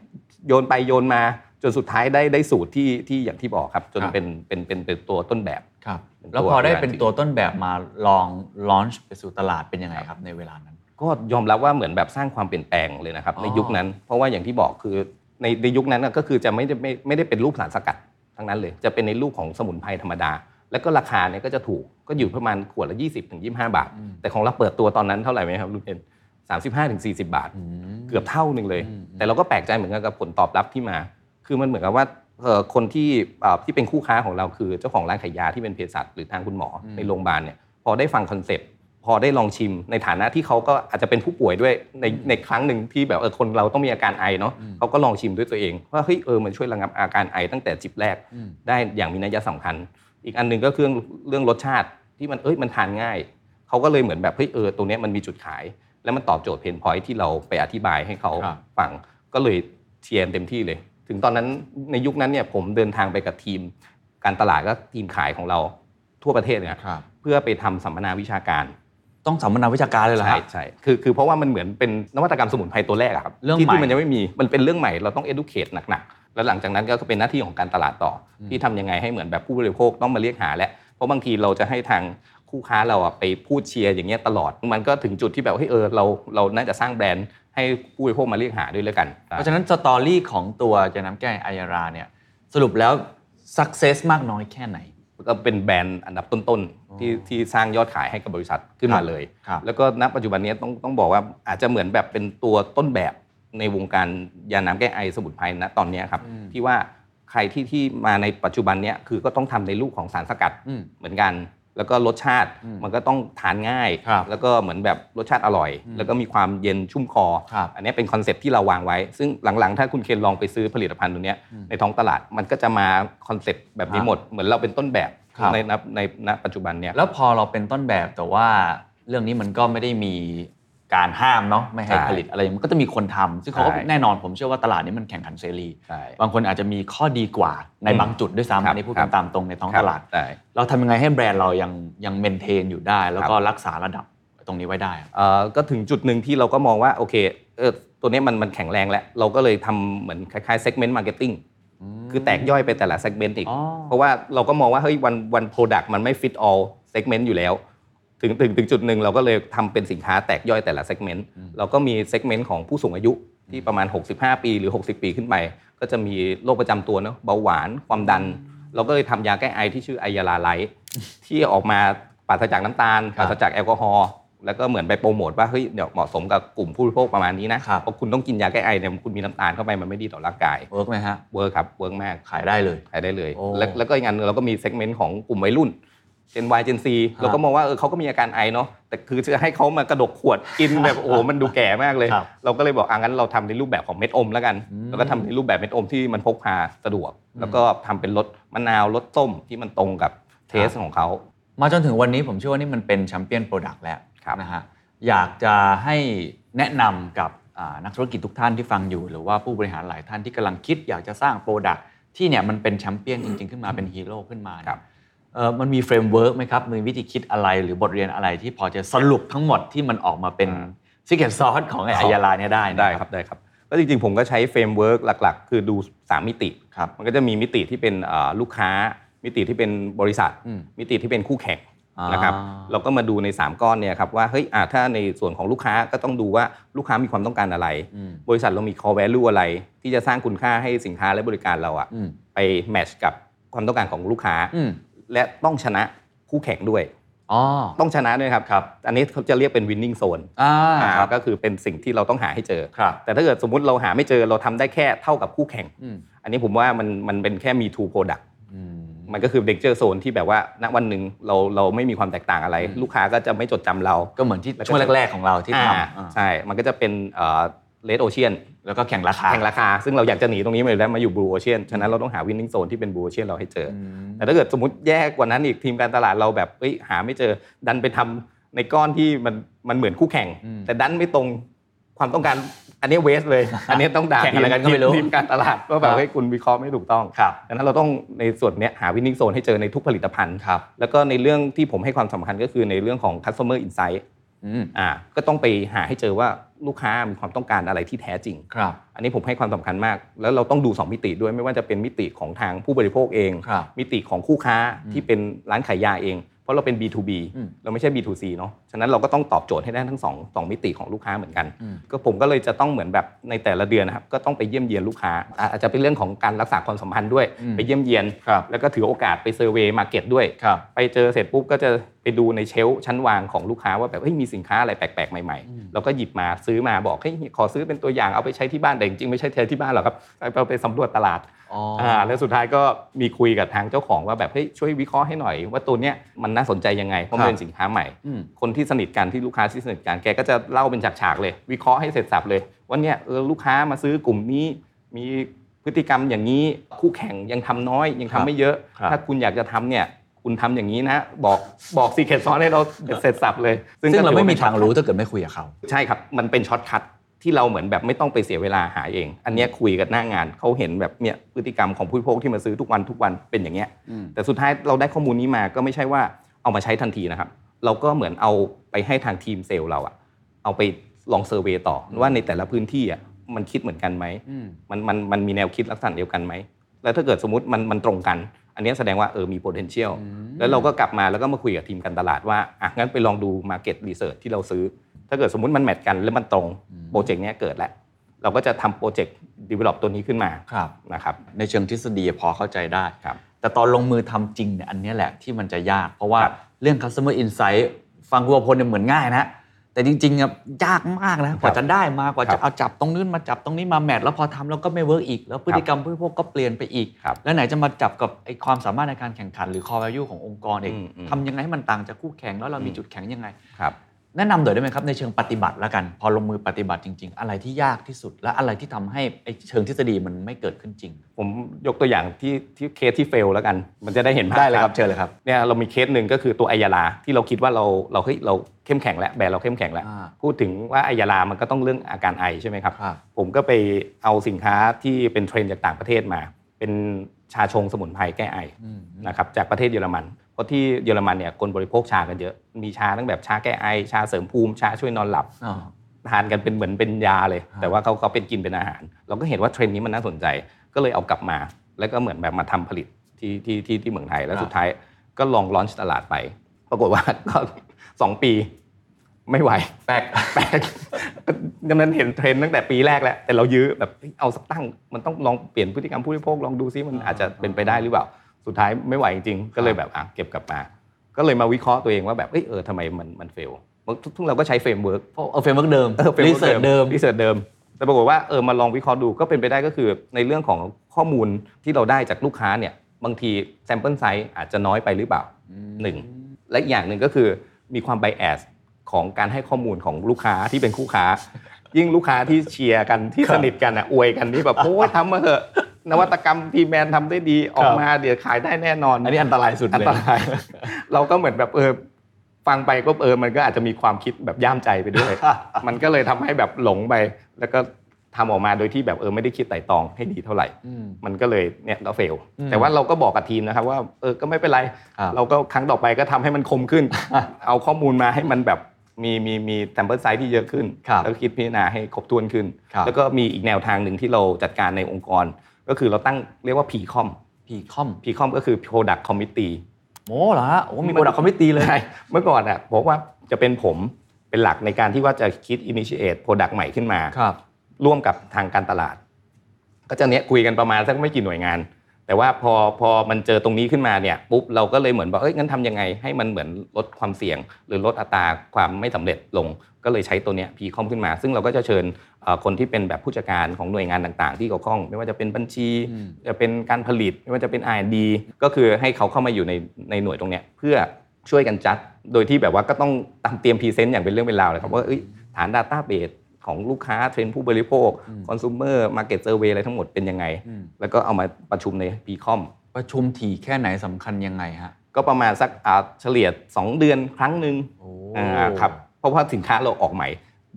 โยนไปโยนมาจนสุดท้ายได้ได้สูตรที่ที่อย่างที่บอกครับจน
ครับ
เป็นเป็นเป็นเป็นตัวต้นแบบ
ครับ
เป็นตัว
แล้วพอได้
แบรนด์
เป็นตัวต้นแบบมาลองลอนช์ไปสู่ตลาดเป็นยังไงครับในเวลานั้น
ก็ยอมรับว่าเหมือนแบบสร้างความเปลี่ยนแปลงเลยนะครับ
อ๋อ
ในยุคนั้น เพราะว่าอย่างที่บอกคือในในยุคนั้นน่ะก็คือจะไม่ได้ไม่ไม่ได้เป็นรูปสารสกัดทั้งนั้นเลย จะเป็นในรูปของสมุนไพรธรรมดา แล้วก็ราคาเนี่ยก็จะถูกก็อยู่ประมาณขวดละ 20-25ถึง25 บาท
อืม
แต่ของเราเปิดตัวตอนนั้นเท่าไหร่ไหมครับลูกเอ็น35ถึง40 บาท
อืม
เกือบเท่าหนึ่งเลย
อืม
แต่เราก็แปลกใจเหมือนกันกับผลตอบรับที่มา คือมันเหมือนกับว่าเอ่อคนที่เอ่อที่เป็นคู่ค้าของเราคือเจ้าของร้านขายยาที่เป็นเภสัชหรือทางคุณหมออในโรงพยาบาลเนี่ยพอได้ฟังคอนเซปต์พอได้ลองชิมในฐานะที่เขาก็อาจจะเป็นผู้ป่วยด้วยในในครั้งหนึ่งที่แบบเออคนเราต้องมีอาการไอเนาะเขาก็ลองชิมด้วยตัวเองว่าเฮ้ยเออมันช่วยระงับอาการไอตั้งแต่จิบแรก
อืม
ได้อย่างมีนัยสำคัญ อีกอันหนึ่งก็คือเรื่องเรื่องรสชาติที่มันเอ้ยมันทานง่าย เขาก็เลยเหมือนแบบเฮ้ยเออตรงเนี้ยมันมีจุดขาย แล้วมันตอบโจทย์เพนพอยที่เราไปอธิบายให้เขา
ครับ
ฟังก็เลยเชียร์เต็มที่เลย ถึงตอนนั้นในยุคนั้นเนี่ยผมเดินทางไปกับทีม การตลาดก็ทีมขายของเราทั่วประเทศเนี่ย
ครับ
เพื่อไปทำสัมมนาวิชาการ
ต้องสัมมนาวิชาการเลยเหรอ
ใช่
ฮะ
ใช่คือคือเพราะว่ามันเหมือนเป็นนวัตกรรมสมุนไพรตัวแรกอะครับ
เรื่อง
ที่
ใหม่
ที่มันยังไม่มีมันเป็นเรื่องใหม่เราต้อง educate หนักๆแล้วหลังจากนั้นก็เป็นหน้าที่ของการตลาดต่ออที่ทำยังไงให้เหมือนแบบผู้บริโภคต้องมาเรียกหาแหละเพราะบางทีเราจะให้ทางคู่ค้าเราอะไปพูดเชียร์อย่างเงี้ยตลอดมันก็ถึงจุดที่แบบเฮ้ยเออเราเราน่าจะสร้างแบรนด์ให้ผู้บริโภคมาเรียกหาด้วยแล้วกัน
เพราะฉะนั้นสตอรี่ของตัวยาน้ำแก้ไอายาราเนี่ยสรุปแล้วสักเซสมากน้อยแค่ไหน
ก็เป็นแบรนด์อันดับต้นๆที่ที่สร้างยอดขายให้กับบริษัทขึ้นมาเลย
ครับ
แล้วก็ณปัจจุบันนี้ต้องต้องบอกว่าอาจจะเหมือนแบบเป็นตัวต้นแบบในวงการยาน้ำแก้ไอสมุนไพรนะตอนเนี้ยครับ
อืม
ที่ว่าใครที่ที่มาในปัจจุบันเนี้ยคือก็ต้องทำในรูปของสารสกัด
อืม
เหมือนกัน แล้วก็รสชาติ
อืม
มันก็ต้องทานง่าย
ครับ
แล้วก็เหมือนแบบรสชาติอร่อย
อืม
แล้วก็มีความเย็นชุ่มคอ
ครับ
อันเนี้ยเป็นคอนเซ็ปต์ที่เราวางไว้ ซึ่งหลังๆ ถ้าคุณเคนลองไปซื้อผลิตภัณฑ์ตัวเนี้ย
อืม
ในท้องตลาดมันก็จะมาคอนเซ็ปต์แบบนี้
ครับ
หมดเหมือนเราเป็นต้นแบบ
ครับ
ใน ในณในณปัจจุบันเนี่ย
แล้วพอเราเป็นต้นแบบแต่ว่าเรื่องนี้มันก็ไม่ได้มี การห้ามเนาะไม่ให้
ใช่
ผลิตอะไรมันก็จะมีคนทำซึ่งเขาก็
ใช่
แน่นอนผมเชื่อว่าตลาดนี้มันแข่งขันเสรี
ใช่
บางคนอาจจะมีข้อดีกว่าใน
อืม
บางจุดด้วย
ครั
ซ้ำ
บ
อันนี้พูด
ครั
กัน
บ
ตามตรงในท้อง
ครับ
ตลาด
ใช่
เราทำยังไงให้แบรนด์เรายังยังเมนเทนอยู่ได้ แล้ว
ครับ
ก็รักษาระดับตรงนี้ไว้ได้
เอ่อก็ถึงจุดหนึ่งที่เราก็มองว่าโอเคเออตัวเนี้ยมันมันแข็งแรงแล้ว เราก็เลยทำเหมือนคล้ายๆ segment marketing คือแตกย่อยไปแต่ละ segment อีก
อ๋อ
เพราะว่าเราก็มองว่าเฮ้ยวันวันโปรดักต์มันไม่ fit all segment อยู่แล้ว ถึงถึงถึงจุดหนึ่งเราก็เลยทำเป็นสินค้าแตกย่อยแต่ละ segment เราก็มี segment ของผู้สูงอายุที่ประมาณ 65 ปีหรือ 60 ปีขึ้นไป ก็จะมีโรคประจำตัวเนอะเบาหวานความดัน เราก็เลยทำยาแก้ไอที่ชื่อไอยาลาไลท์ ที่ออกมาปราศจากน้ำตาล
ค
ป
รับ
ราศจากแอลกอฮอล์แล้วก็เหมือนไปโปรโมทว่าเฮ้ยเดี๋ยวเหมาะสมกับกลุ่มผู้บริโภคประมาณนี้นะครับ เพราะคุณต้องกินยาแก้ไอเนี่ยคุณมีน้ำตาลเข้าไปมันไม่ดีต่อร่างกาย
เวิร์กไหมฮะ
เวิร์คครับเวิร์คมาก
ขายได้เลย
ขายได้เลย
โอ้
แล้วแล้วก็อีกอันหนึ่งเราก็มีเซกเมนต์ของกลุ่มวัยรุ่น Gen Y Gen Z
ครับ
เราก็มองว่าเออเขาก็มีอาการไอเนาะแต่คือจะให้เขามากระดกขวด กินแบบ โอ้โหมันดูแก่มากเลย
ครับ
เราก็เลยบอกอ่ะงั้นเราทำในรูปแบบของเม็ดอมแล้วกัน
อืม
แล้วก็ทำในรูปแบบเม็ดอมที่มันพกพาสะดวก แล้วก็ทำเป็นรสมะนาวรสส้มที่มันตรงกับเทส
ครับ
ของเขา
มาจนถึงวันนี้ผมเชื่อว่านี่มันเป็นแชมเปี้ยนโปรดักต์แล้ว
ครับ
นะฮะอยากจะให้แนะนำกับอ่านักธุรกิจทุกท่านที่ฟังอยู่ หรือว่าผู้บริหารหลายท่านที่กำลังคิด อยากจะสร้างโปรดักต์ที่เนี่ยมันเป็นแชมเปี้ยนจริง ๆ ขึ้นมาเป็นฮีโร่ขึ้นมาเนี่ย
ครับ
เอ่อมันมีเฟรมเวิร์กไหมครับ มีวิธีคิดอะไรหรือบทเรียนอะไรที่พอจะสรุปทั้งหมดที่มันออกมาเป็นซิกเก็ตซอสของไอ้อายาลาเนี่ยได้นะ
ได้ครับได้ครับก็จริงๆ ผมก็ใช้เฟรมเวิร์กหลักๆ คือดู 3 มิติ
ครับ
มันก็จะมีมิติที่เป็นเอ่อลูกค้า มิติที่เป็นบริษัท
อืม
มิติที่เป็นคู่แข่ง
อ่าน
นะครับเราก็มาดูใน 3 ก้อนเนี่ยครับว่าเฮ้ยอ่ะถ้าในส่วนของลูกค้าก็ต้องดูว่าลูกค้ามีความต้องการอะไร
อืม
บริษัทเรามี core value อะไร ที่จะสร้างคุณค่าให้สินค้าและบริการเราอะ
อืม
ไปแมทช์กับความต้องการของลูกค้า
อืม
และต้องชนะคู่แข่งด้วย
อ๋อ
ต้องชนะด้วยครับ
ครับ
อันนี้เขาจะเรียกเป็น winning zone
อ่า
อ่า
ครับ
ก็คือเป็นสิ่งที่เราต้องหาให้เจอ
ครับ
แต่ถ้าเกิดสมมุติเราหาไม่เจอเราทำได้แค่เท่ากับคู่แข่ง
อืม
อันนี้ผมว่ามันมันเป็นแค่มี two product
อืม
มันก็คือ danger zone ที่แบบว่าณวันหนึ่งเราเราไม่มีความแตกต่างอะไร ลูกค้าก็จะไม่จดจำเรา
ก็เหมือนที่ช่วงแรก ๆของเราที่ทำอ่า
อ่าใช่ มันก็จะเป็นเลดโอเชียน
แล้วก็แข่งราคา
แข่งราคา ซึ่งเราอยากจะหนีตรงนี้มาอยู่แล้วมาอยู่บลูโอเชียนฉะนั้นเราต้องหา winning zone ที่เป็นบลูโอเชียนเราให้เจออแต่ถ้าเกิดสมมติแย่กว่านั้นอีกทีมการตลาดเราแบบเอ้ยหาไม่เจอดันไปทำในก้อนที่มันมันเหมือนคู่แข่ง
อืม
แต่ดันไม่ตรงความต้องการอันนี้เวสเลย อันนี้ต้องด่า
แข่งอะไรกันก็ไม่รู้
ทีมการตลาดว่าแบบเฮ้ยคุณวิเคราะห์ไม่ถูกต้อง
ครับ
ดังนั้นเราต้องในส่วนเนี้ยหาวิน n ิ n งโซนให้เจอในทุกผลิตภัณฑ์
ครับ
แล้วก็ในเรื่องที่ผมให้ความสำคัญก็คือในเรื่องของ customer insight
อืม
อ่าก็ต้องไปหาให้เจอว่าลูกค้ามีความต้องการอะไรที่แท้จริง
ครับ
อันนี้ผมให้ความสำคัญมาก แล้วเราต้องดู 2 มิติด้วยไม่ว่าจะเป็นมิติของทางผู้บริโภคเอง
ครับ
มิติของคู่ค้าที่เป็นร้านขายยาเอง เพราะเราเป็น B2B
อืม
เราไม่ใช่ B2C เนาะฉะนั้นเราก็ต้องตอบโจทย์ให้ได้ทั้งสองสองมิติของลูกค้าเหมือนกัน
อืม
ก็ผมก็เลยจะต้องเหมือนแบบในแต่ละเดือนนะครับก็ต้องไปเยี่ยมเยียนลูกค้าอ่ะอาจจะเป็นเรื่องของการรักษาความสัมพันธ์ด้วย ไปเยี่ยมเยียน
ครับ
แล้วก็ถือโอกาสไปเซอร์เวย์มาร์เก็ตด้วย
ครับ
ไปเจอเสร็จปุ๊บก็จะไปดูในเชลฟ์ชั้นวางของลูกค้าว่าแบบเฮ้ยมีสินค้าอะไรแปลกๆใหม่ๆแล้วก็หยิบมาซื้อมาบอกเฮ้ยขอซื้อเป็นตัวอย่างเอาไปใช้ที่บ้านแต่จริงๆไม่ใช่ใช้ที่บ้านหรอกครับเอาไปสำรวจตลาด
อ๋ออ่
อ่าแล้วสุดท้ายก็มีคุยกับทางเจ้าของว่าแบบเฮ้ยช่วยวิเคราะห์ให้หน่อย ว่าตัวเนี้ยมันน่าสนใจยังไงเพราะ
ครับ
มันเป็นสินค้าใหม่
อืม
คนที่สนิทกันที่ลูกค้าที่สนิทกันแกก็จะเล่าเป็นฉากๆเลย วิเคราะห์ให้เสร็จสับเลยว่าเนี่ยเออลูกค้ามาซื้อกลุ่มนี้มีพฤติกรรมอย่างนี้คู่แข่งยังทำน้อยยังทำไม่เยอะ
ครับ
ถ้าคุณอยากจะทำเนี่ย คุณทำอย่างนี้นะ บอกบอกซีเคทซอนให้เราเสร็จสับเลย
ซึ่ง
ก็
เรา
ถือว่
ไม่มี
ป็น
ทางรู้ถ้าเกิดไม่คุยกับเขา
ใช่ครับ มันเป็นช็อตคัทที่เราเหมือนแบบไม่ต้องไปเสียเวลาหาเอง อันเนี้ยคุยกันหน้างานเขาเห็นแบบเนี่ยพฤติกรรมของผู้บริโภคที่มาซื้อทุกวันทุกวันเป็นอย่างเงี้ย
อืม
แต่สุดท้ายเราได้ข้อมูลนี้มาก็ไม่ใช่ว่าเอามาใช้ทันทีนะครับ เราก็เหมือนเอาไปให้ทางทีมเซลล์เราอะเอาไปลองเซอร์เวย์ต่อว่าในแต่ละพื้นที่อะมันคิดเหมือนกันไหม
อืม
มันมันมันมีแนวคิดลักษณะเดียวกันไหม แล้วถ้าเกิดสมมติมันมันตรงกัน อันเนี้ยแสดงว่าเออมี potential แล้วเราก็กลับมาแล้วก็มาคุยกับทีมการตลาดว่าอ่ะงั้นไปลองดู market research ที่เราซื้อ ถ้าเกิดสมมติมันแมทกันแล้วมันตรงโปรเจกต์เนี้ยเกิดแล้ว เราก็จะทำโปรเจกต์ develop ตัวนี้ขึ้นมา
ครับ
นะครับ
ในเชิงทฤษฎีพอเข้าใจได้
ครับ
แต่ตอนลงมือทำจริงเนี่ยอันเนี้ยแหละที่มันจะยาก เพราะว่า
ครับ
เรื่อง customer insight ฟังคุณวพลเนี่ยเหมือนง่ายนะ แต่จริงๆอะยากมากนะ กว่าจะได้มากว่า
ครั
จะ
บ
เอาจับตรงนู้นมาจับตรงนี้มาแมทแล้วพอทำแล้วก็ไม่เวิร์กอีก แล้วพฤติกรรมผู้บริโภคก็เปลี่ยนไปอีก
ครับ
แล้วไหนจะมาจับกับไอ้ความสามารถในการแข่งขันหรือ core value ขององค์กรอีก
อืมอืม
ทำยังไงให้มันต่างจากคู่แข่งแล้วเรามีจุดแข็งยังไง
ครับ
แนะนำหน่อยได้ไหมครับในเชิงปฏิบัติแล้วกัน พอลงมือปฏิบัติจริง ๆ อะไรที่ยากที่สุด และอะไรที่ทำให้ไอ้เชิงทฤษฎีมันไม่เกิดขึ้นจริง
ผมยกตัวอย่างที่ที่เคสที่เฟลแล้วกัน มันจะได้เห็นภาพ
ได้เลยครับ
ชั
เชิญเลยครับ
เนี่ยเรามีเคสหนึ่งก็คือตัวไอยาลาที่เราคิดว่าเราเราเฮ้ยเราเข้มแข็งแล้วแบรนด์เราเข้มแข็งแล้ว
อ่า
พูดถึงว่าไอยาลามันก็ต้องเรื่องอาการไอใช่ไหมครับ
ครับ
ผมก็ไปเอาสินค้าที่เป็นเทรนด์จากต่างประเทศมา เป็นชาชงสมุนไพรแก้ไอ
อืม
นะครับจากประเทศเยอรมัน เพราะที่เยอรมันเนี่ยคนบริโภคชากันเยอะมีชาตั้งแบบชาแก้ไอ ชาเสริมภูมิชาช่วยนอนหลับ
อ๋อ
ทานกันเป็นเหมือนเป็นยาเลย
ครับ
แต่ว่าเขาเขาเป็นกินเป็นอาหาร เราก็เห็นว่าเทรนด์นี้มันน่าสนใจ ก็เลยเอากลับมา แล้วก็เหมือนแบบมาทำผลิตที่ที่ที่ที่เมืองไทย แล้วสุดท้ายก็ลองลอนช์ตลาดไป ปรากฏว่า ก็ สองปีไม่ไหว
แปลก
แปลก ดังนั้นเห็นเทรนด์ตั้งแต่ปีแรกแล้ว แต่เรายื้อแบบเฮ้ยเอาสักตั้ง มันต้องลองเปลี่ยนพฤติกรรมผู้บริโภคลองดูซิมัน
อ่า
อาจจะเป็นไปได้หรือเปล่า สุดท้ายไม่ไหวจริงๆก็เลยแบบอ่ะเก็บกลับมา ก็เลยมาวิเคราะห์ตัวเองว่าแบบเอ้ยเออทำไมมันมันเฟลทุกๆเราก็ใช้เฟรมเวิร์ก
เอาเฟรมเวิร์กเดิมรีเสิร์ชเดิม
รีเสิร์ชเดิม แต่ปรากฏว่าเออมาลองวิเคราะห์ดูก็เป็นไปได้ก็คือในเรื่องของข้อมูลที่เราได้จากลูกค้าเนี่ยบางทีแซมเปิลไซส์อาจจะน้อยไปหรือเปล่าหนึ่งและอีกอย่างหนึ่งก็คือมีความไบแอสของการให้ข้อมูลของลูกค้าที่เป็นคู่ค้า ยิ่งลูกค้าที่เชียร์กันที่สนิทกันอ่ะอวยกันนี่แบบโอ้ยทำมาเถอะนวัตกรรมพีแมนทำได้ดีออกมาเดี๋ยวขายได้แน่นอน
อันนี้อันตรายสุด
อัน
เลย
ตราย เราก็เหมือนแบบเออฟังไปก็เออมันก็อาจจะมีความคิดแบบย่ามใจไป ด้วย มันก็เลยทำให้แบบหลงไป แล้วก็ทำออกมาโดยที่แบบเออไม่ได้คิดไตร่ตรองให้ดีเท่าไหร่
อืม
มันก็เลยเนี่ยเราเฟล
อืม
แต่ว่าเราก็บอกกับทีมนะครับว่าเออก็ไม่เป็นไร
ครับ
เราก็ครั้งต่อไปก็ทำให้มันคม ขึ้น เอาข้อมูลมาให้มันแบบมีมีมีแซมเปิลไซส์ที่เยอะขึ้น
ครับ
แล้วก็คิดพิจารณาให้ครบถ้วนขึ้น
ครับ
แล้วก็มีอีกแนวทางหนึ่งที่เราจัดการในองค์กร ก็คือเราตั้งเรียกว่าพีคอม
พีคอม
พีคอมก็คือ Product Committee
โม้เหรอฮะโอ้มีโปรดักต์คอมมิตีเลย
ใช่เมื่อก่อนอ่ะบอกว่าจะเป็นผมเป็นหลักในการที่ว่าจะคิด initiate product ใหม่ขึ้นมา
ครับ
ร่วมกับทางการตลาด ก็จะเนี้ยคุยกันประมาณสักไม่กี่หน่วยงาน แต่ว่าพอพอมันเจอตรงนี้ขึ้นมาเนี่ยปุ๊บเราก็เลยเหมือนบอกเอ้ยงั้นทำยังไงให้มันเหมือนลดความเสี่ยง หรือลดอัตราความไม่สำเร็จลง ก็เลยใช้ตัวเนี้ยพีคอมขึ้นมา ซึ่งเราก็จะเชิญเอ่อคนที่เป็นแบบผู้จัดการของหน่วยงานต่างๆ ที่เกี่ยวข้อง ไม่ว่าจะเป็นบัญชี
อืม
จะเป็นการผลิตไม่ว่าจะเป็น R&D ก็คือให้เขาเข้ามาอยู่ในในหน่วยตรงเนี้ยเพื่อช่วยกันจัด โดยที่แบบว่าก็ต้องตามเตรียมพรีเซนต์อย่างเป็นเรื่องเป็นราวเลยครับว่าเอ้ยฐาน Data b a s e ของลูกค้าเทรนด์ผู้บริโภค คอน sumer market survey อะไรทั้งหมดเป็นยังไง
อืม
แล้วก็เอามาประชุมในปีคอม
ประชุมถี่แค่ไหนสำคัญยังไงฮะ
ก็ประมาณสักอ่าเฉลี่ย2 เดือนครั้งหนึ่ง
โอ้
อ่าครับเพราะว่าสินค้าเราออกใหม่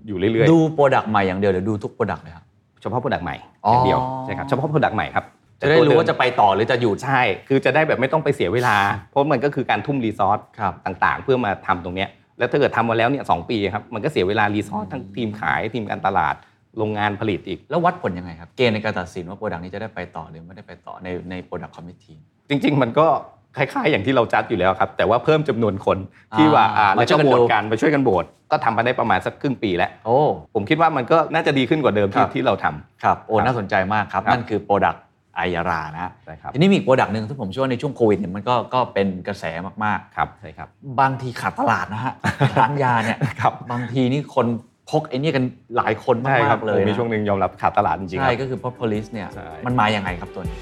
อยู่เรื่อย
ดูโปรดักต์ใหม่อย่างเดียวหรือดูทุกโปรดักต์เลยครับ
ๆ เฉพาะ product ใหม่อย่างเดียว
อ๋อ
ใช่ครับเฉพาะ product ใหม่ครับ
จะได้รู้ว่าจะไปต่อหรือจะหยุด
ใช่ คือจะได้แบบไม่ต้องไปเสียเวลา เพราะมันก็คือการทุ่มรีซอส
ครับ
ต่างๆ เพื่อมาทำตรงเนี้ยแล้วถ้าเกิดทำมาแล้วเนี่ยสองปีครับมันก็เสียเวลารีซอสทั้งทีมขายทีมการตลาดโรงงานผลิตอีก
แล้ววัดผลยังไงครับ เกณฑ์ในการตัดสินว่าโปรดักต์นี้จะได้ไปต่อหรือไม่ได้ไปต่อในในโปรดักต์คอมมิชชั่น
จริง ๆ มันก็คล้ายๆ อย่างที่เราจัดอยู่แล้วครับ แต่ว่าเพิ่มจำนวนคนที่ว่า
อ่า
อ่าแล้วก็
มาช่วยกัน
โหวต
ดู
กันมาช่วยกันโหวตก็ทำมาได้ประมาณสักครึ่งปีแล้ว
โอ้
ผมคิดว่ามันก็น่าจะดีขึ้นกว่าเดิม
ครั
ที่
บ
ที่เราทำ
ครับโอ้
ครับ
น่าสนใจมากครับ
ครับ
นั่นคือโปรดักต์ไอยารานะ
ใช่ครับ
ทีนี้มีอีกโปรดักต์หนึ่งที่ผมเชื่อว่าในช่วงโควิดเนี่ยมันก็ก็เป็นกระแสมาก
ครับใช่ครับ
ๆ บางทีขาดตลาดนะ ฮะ ร้านยาเนี่ย
ครับ
บางทีนี่คนพกไอ้เนี่ยกันหลายคนมากๆเลย
ผมมี
นะ
ช่วงหนึ่งยอมรับขาดตลาดจริงๆค
ใช่
รับ
ก็คือ propolis เนี่ย
ใช่
มันมายังไงครับตัวนี้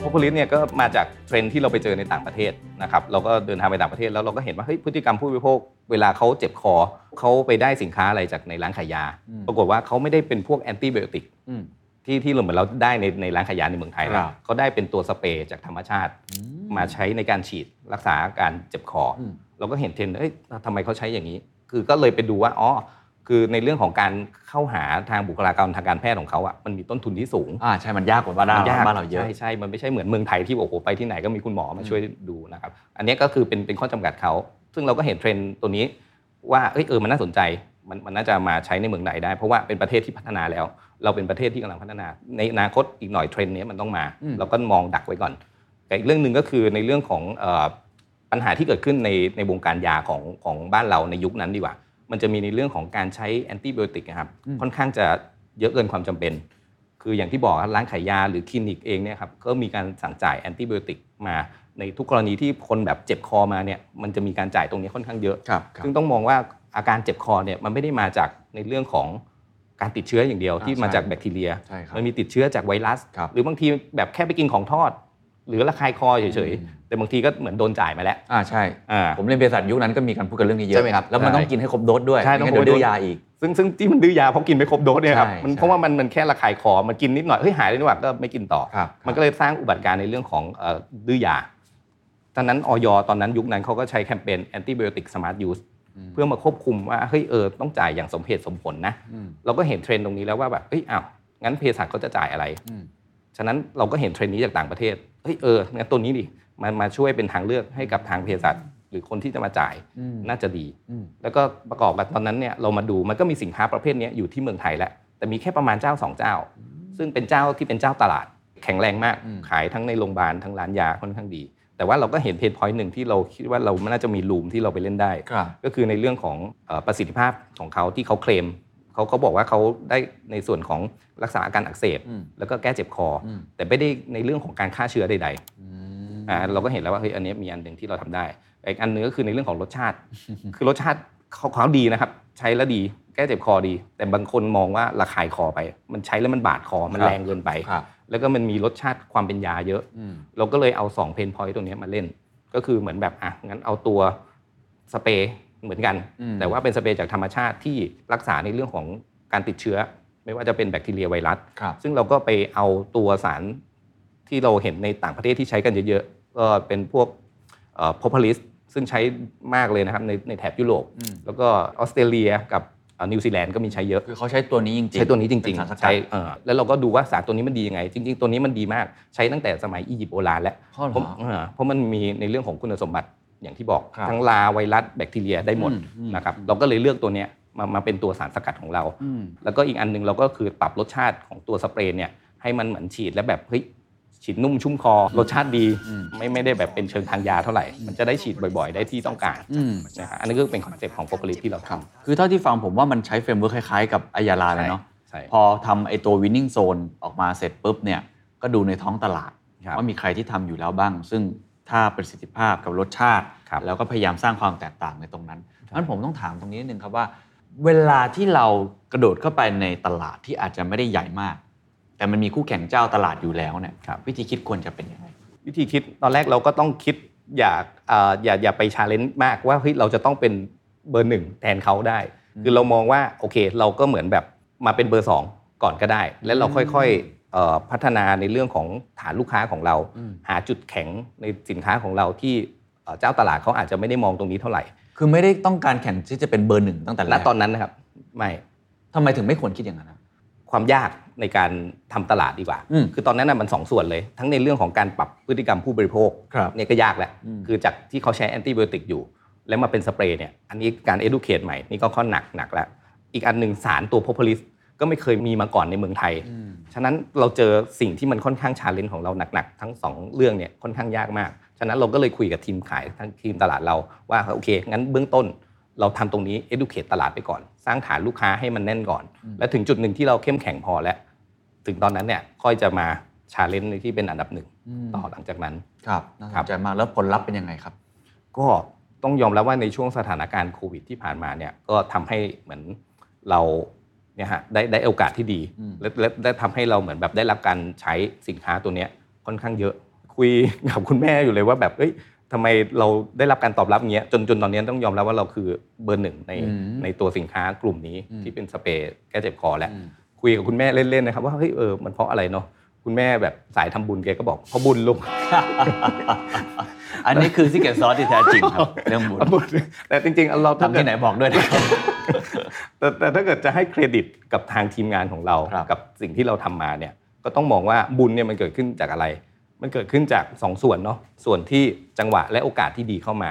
พวกพลิสเนี่ยก็มาจากเทรนด์ที่เราไปเจอในต่างประเทศนะครับเราก็เดินทางไปต่างประเทศแล้วเราก็เห็นว่าเฮ้ยพฤติกรรมผู้บริโภคเวลาเขาเจ็บคอเขาไปได้สินค้าอะไรจากในร้านขายยา
อืม
ปรากฏว่าเขาไม่ได้เป็นพวกแอนตี้ไบโอติก
อืม
ที่ที่เราเหมือนเราได้ในในร้านขายยาในเมืองไทยนะครับ เขาได้เป็นตัวสเปรย์จากธรรมชาติ มาใช้ในการฉีดรักษาอาการเจ็บคออ
อืม
เราก็เห็นเทรนด์เอ้ยทำไมเขาใช้อย่างนี้ คือก็เลยไปดูว่าอ๋อคือในเรื่องของการเข้าหาทางบุคลากรทางการแพทย์ของเขาอ่ะมันมีต้นทุนที่สูง
อ่าใช่มันยากกว่าบ้านเรา
ยก
บ้านเราเยอะ
ใช่ใช่ มันไม่ใช่เหมือนเมืองไทยที่โอ้โหไปที่ไหนก็มีคุณหมอมาช่วยดูนะครับ อันเนี้ยก็คือเป็นเป็นข้อจำกัดเขา ซึ่งเราก็เห็นเทรนด์ตัวนี้ว่าเอ้ยเออมันน่าสนใจ มันมันน่าจะมาใช้ในเมืองไหนได้ เพราะว่าเป็นประเทศที่พัฒนาแล้ว เราเป็นประเทศที่กำลังพัฒนา ในอนาคตอีกหน่อยเทรนด์เนี้ยมันต้องมา
อืม
เราก็มองดักไว้ก่อนแต่อีกเรื่องหนึ่งก็คือในเรื่องของเอ่อปัญหาที่เกิดขึ้นในในวงการยาของของบ้านเราในยุคนั้นดีกว่า มันจะมีในเรื่องของการใช้แอนติไบโอติกนะครับ
อืม
ค่อนข้างจะเยอะเกินความจำเป็น คืออย่างที่บอกครับร้านขายยาหรือคลินิกเองเนี่ยครับก็มีการสั่งจ่ายแอนติไบโอติกมาในทุกกรณีที่คนแบบเจ็บคอมาเนี่ยมันจะมีการจ่ายตรงนี้ค่อนข้างเยอะ
ครับครับ
ซึ่งต้องมองว่าอาการเจ็บคอเนี่ยมันไม่ได้มาจากในเรื่องของการติดเชื้ออย่างเดียว
อ่า
ที่มาจากแบคทีเรีย
ใช่ครับ
มันมีติดเชื้อจากไวรัส
ครับ
หรือบางทีแบบแค่ไปกินของทอด หรือระคายคอเฉยๆ แต่บางทีก็เหมือนโดนจ่ายมาแล้ว
อ่าใช่
อ่า
ผมเล่นเภสัชยุคนั้นก็มีการพูดกันเรื่องนี้เยอะ
ใช่ไหมครับ
แล้วมัน
ใช่
ต้องกินให้ครบโดสด้วย
ใช่ต้อง
ไม่งั้นเดี๋ยวดื้อ
ครบโดส
ยาอีก
ซึ่งซึ่งที่มันดื้อยาเพราะกินไม่ครบโดสเนี่ยครับ
ใช่
มัน
ใช่
เพราะว่ามันมันแค่ระคายคอมันกินนิดหน่อยเฮ้ยหายเลยนี่หว่าก็ไม่กินต่อ
ครับ
มันก็เลยสร้างอุบัติการณ์ในเรื่องของเอ่อดื้อยาตอนนั้นออยตอนนั้นยุคนั้นเขาก็ใช้แคมเปญ antibiotic smart use
อืม
เพื่อมาควบคุมว่าเฮ้ยเออต้องจ่ายอย่างสมเหตุสมผลนะ
อืม
เราก็เห็นเทรนด์ตรงนี้แล้วว่าแบบเอ้ยอ้าวงั้นเภสัชเขาจะจ่ายอะไร
อืม
ฉะนั้นเราก็เห็นเทรนด์นี้จากต่างประเทศเฮ้ยเอองั้นตัวนี้ดิมันมาช่วยเป็นทางเลือกให้กับทางเภสัชหรือคนที่จะมาจ่าย
อืม
น่าจะดี
อืม
แล้วก็ประกอบกับตอนนั้นเนี่ยเรามาดูมันก็มีสินค้าประเภทเนี้ยอยู่ที่เมืองไทยแล้ว แต่มีแค่ประมาณเจ้าสองเจ้า ซึ่งเป็นเจ้าที่เป็นเจ้าตลาด แข็งแรงมาก
อืม
ขายทั้งในโรงพยาบาลทั้งร้านยาค่อนข้างดี แต่ว่าเราก็เห็นเพจพอยต์หนึ่งที่เราคิดว่าเราน่าจะมีรูมที่เราไปเล่นได้
ครับ
ก็คือในเรื่องของเอ่อประสิทธิภาพของเขาที่เขาเคลมเขาเขาบอกว่าเขาได้ในส่วนของรักษาอาการอักเสบ
อืม
แล้วก็แก้เจ็บคออ
ม
แต่ไม่ได้ในเรื่องของการฆ่าเชื้อใดๆ
อืม
อ่าเราก็เห็นแล้วว่าเฮ้ยอันเนี้ยมีอันหนึ่งที่เราทำได้อีกอันหนึงก็คือในเรื่องของรสชาติ คือรสชาติเขาเขาดีนะครับ ใช้แล้วดีแก้เจ็บคอดี แต่บางคนมองว่าระคายคอไป มันใช้แล้วมันบาดคอมัน
ครับ
แรงเกินไป
ครับ
แล้วก็มันมีรสชาติความเป็นยาเยอะ
อืม
เราก็เลยเอา2เพนพอยต์ตรงเนี้ยมาเล่น ก็คือเหมือนแบบอ่ะงั้นเอาตัวสเปรย์เหมือนกัน
อืม
แต่ว่าเป็นสเปรย์จากธรรมชาติที่รักษาในเรื่องของการติดเชื้อ ไม่ว่าจะเป็นแบคทีเรียไวรัส
ครับ
ซึ่งเราก็ไปเอาตัวสารที่เราเห็นในต่างประเทศที่ใช้กันเยอะๆ ก็เป็นพวกพอพลิสซึ่งใช้มากเลยนะครับในในแถบยุโรป
อืม
แล้วก็ออสเตรเลียกับเอ่อนิวซีแลนด์ก็มีใช้เยอะ
คือเขาใช้ตัวนี้จริงๆ
ใช้ตัวนี้จริง
เป็นสาส
ๆ
กั
ใช้
ด
เอ่อแล้วเราก็ดูว่าสารตัวนี้มันดียังไง จริง ๆ ตัวนี้มันดีมากใช้ตั้งแต่สมัยอียิปต์โบราณแล้ว
อ๋อเหรอ
เพราะเอ่อเพราะมันมีในเรื่องของคุณสมบัติอย่างที่บอก
ครับ
ทั้งลาไวรัสแบคทีเรียได้หมด
อืมอืม
นะครับเราก็เลยเลือกตัวเนี้ยมามาเป็นตัวสารสกัดของเรา
อืม
แล้วก็อีกอันหนึงเราก็คือปรับรสชาติของตัวสเปรย์เนี่ยให้มันเหมือนฉีดแล้วแบบเฮ้ยฉีดนุ่มชุ่มคอ รสชาติดีไม่ไม่ได้แบบเป็นเชิงทางยาเท่าไหร่ มันจะได้ฉีดบ่อยๆ ได้ที่ต้องการ
อืม
นะฮะอันนี้ก็เป็นคอนเซ็ปต์ของโปรลิสที่เราท
คือเท่าที่ฟังผมว่ามันใช้เฟรมเวิร์คคล้ายๆ กับอายาลา
ำ
เลยเนาะ
ใช่
พอทำไอตัววินนิ่งโซนออกมาเสร็จปุ๊บเนี่ย ก็ดูในท้องตลาด
ครับ
ว่ามีใครที่ทำอยู่แล้วบ้าง ซึ่งถ้าประสิทธิภาพกับรสชาติ
ครับ
แล้วก็พยายามสร้างความแตกต่างในตรงนั้นนั้นผมต้องถามตรงนี้นิดนึงครับว่า เวลาที่เรากระโดดเข้าไปในตลาดที่อาจจะไม่ได้ใหญ่มาก แต่มันมีคู่แข่งเจ้าตลาดอยู่แล้วเนี่ยวิธีคิดควรจะเป็นยังไง
วิธีคิดตอนแรกเราก็ต้องคิดอยากอ่าอย่าอย่าไปชาเลนจ์มากว่าเฮ้ยเราจะต้องเป็นเบอร์หนึ่งแทนเขาได้ คือเรามองว่าโอเคเราก็เหมือนแบบมาเป็นเบอร์สองก่อนก็ได้ แล้วเราค่อยๆเอ่อพัฒนาในเรื่องของฐานลูกค้าของเรา
อืม
หาจุดแข็งในสินค้าของเราที่เอ่อเจ้าตลาดเขาอาจจะไม่ได้มองตรงนี้เท่าไหร่
คือไม่ได้ต้องการแข่งที่จะเป็นเบอร์หนึ่งตั้งแต่แร
ณ
ก
ตอนนั้นนะครับไม่
ทำไมถึงไม่ควรคิดอย่างนั้นอะ
ความยากในการทำตลาดดีกว่า
อืม
คือตอนนั้นนะมันสองส่วนเลย ทั้งในเรื่องของการปรับพฤติกรรมผู้บริโภค
ครับ
เนี่ยก็ยากแหละ
อืม
คือจากที่เขาใช้แอนติไบโอติกอยู่ แล้วมาเป็นสเปรย์เนี่ย อันนี้การ educate ใหม่ นี่ก็ข้อหนักหนักแล้ว อีกอันหนึ่งสารตัวโพพลิสก็ไม่เคยมีมาก่อนในเมืองไทย ฉะนั้นเราเจอสิ่งที่มันค่อนข้างชาเลนจ์ของเราหนักๆ ทั้งสองเรื่องเนี่ยค่อนข้างยากมาก ฉะนั้นเราก็เลยคุยกับทีมขายทั้งทีมตลาดเราว่าโอเค งั้นเบื้องต้นเราทำตรงนี้ educate ตลาดไปก่อน สร้างฐานลูกค้าให้มันแน่นก่อน และถึงจุดหนึ่งที่เราเข้มแข็งพอแล้ว ถึงตอนนั้นเนี่ยค่อยจะมาชาเลนจ์ในที่เป็นอันดับหนึ่งต่อหลังจากนั้น
ครับน่าส
ครับ
นใจมากแล้วผลลัพธ์เป็นยังไงครับ
ก็ต้องยอมรับว่าในช่วงสถานการณ์โควิดที่ผ่านมาเนี่ยก็ทำให้เหมือนเราเนี่ยฮะได้ได้โอกาสที่ดี
อืม
และและได้ทำให้เราเหมือนแบบได้รับการใช้สินค้าตัวเนี้ยค่อนข้างเยอะ คุย กับคุณแม่อยู่เลยว่าแบบเอ้ยทำไมเราได้รับการตอบรับเงี้ยจนจนตอนเนี้ยต้องยอมรับว่าเราคือเบอร์หนึ่งในในตัวสินค้ากลุ่มนี้ที่เป็นสเปรย์แก้เจ็บคอแหละ คุยกับคุณแม่เล่นๆนะครับว่าเฮ้ยเออมันเพราะอะไรเนาะคุณแม่แบบสายทำบุญแกก็บอกเพราะบุญลูก
อันนี้คือซิกเก็ตซอสที่แท้จริง ครับเรื่องบุญ
เพราะบุญแต่จริงๆเราถ้า
ทำ
เกิด
ที่ไหนบอกด้วยนะครับ
แต่แต่ถ้าเกิดจะให้เครดิตกับทางทีมงานของเรา
ครับ
กับสิ่งที่เราทำมาเนี่ยก็ต้องมองว่าบุญเนี่ยมันเกิดขึ้นจากอะไร มันเกิดขึ้นจากสองส่วนเนาะส่วนที่จังหวะและโอกาสที่ดีเข้ามา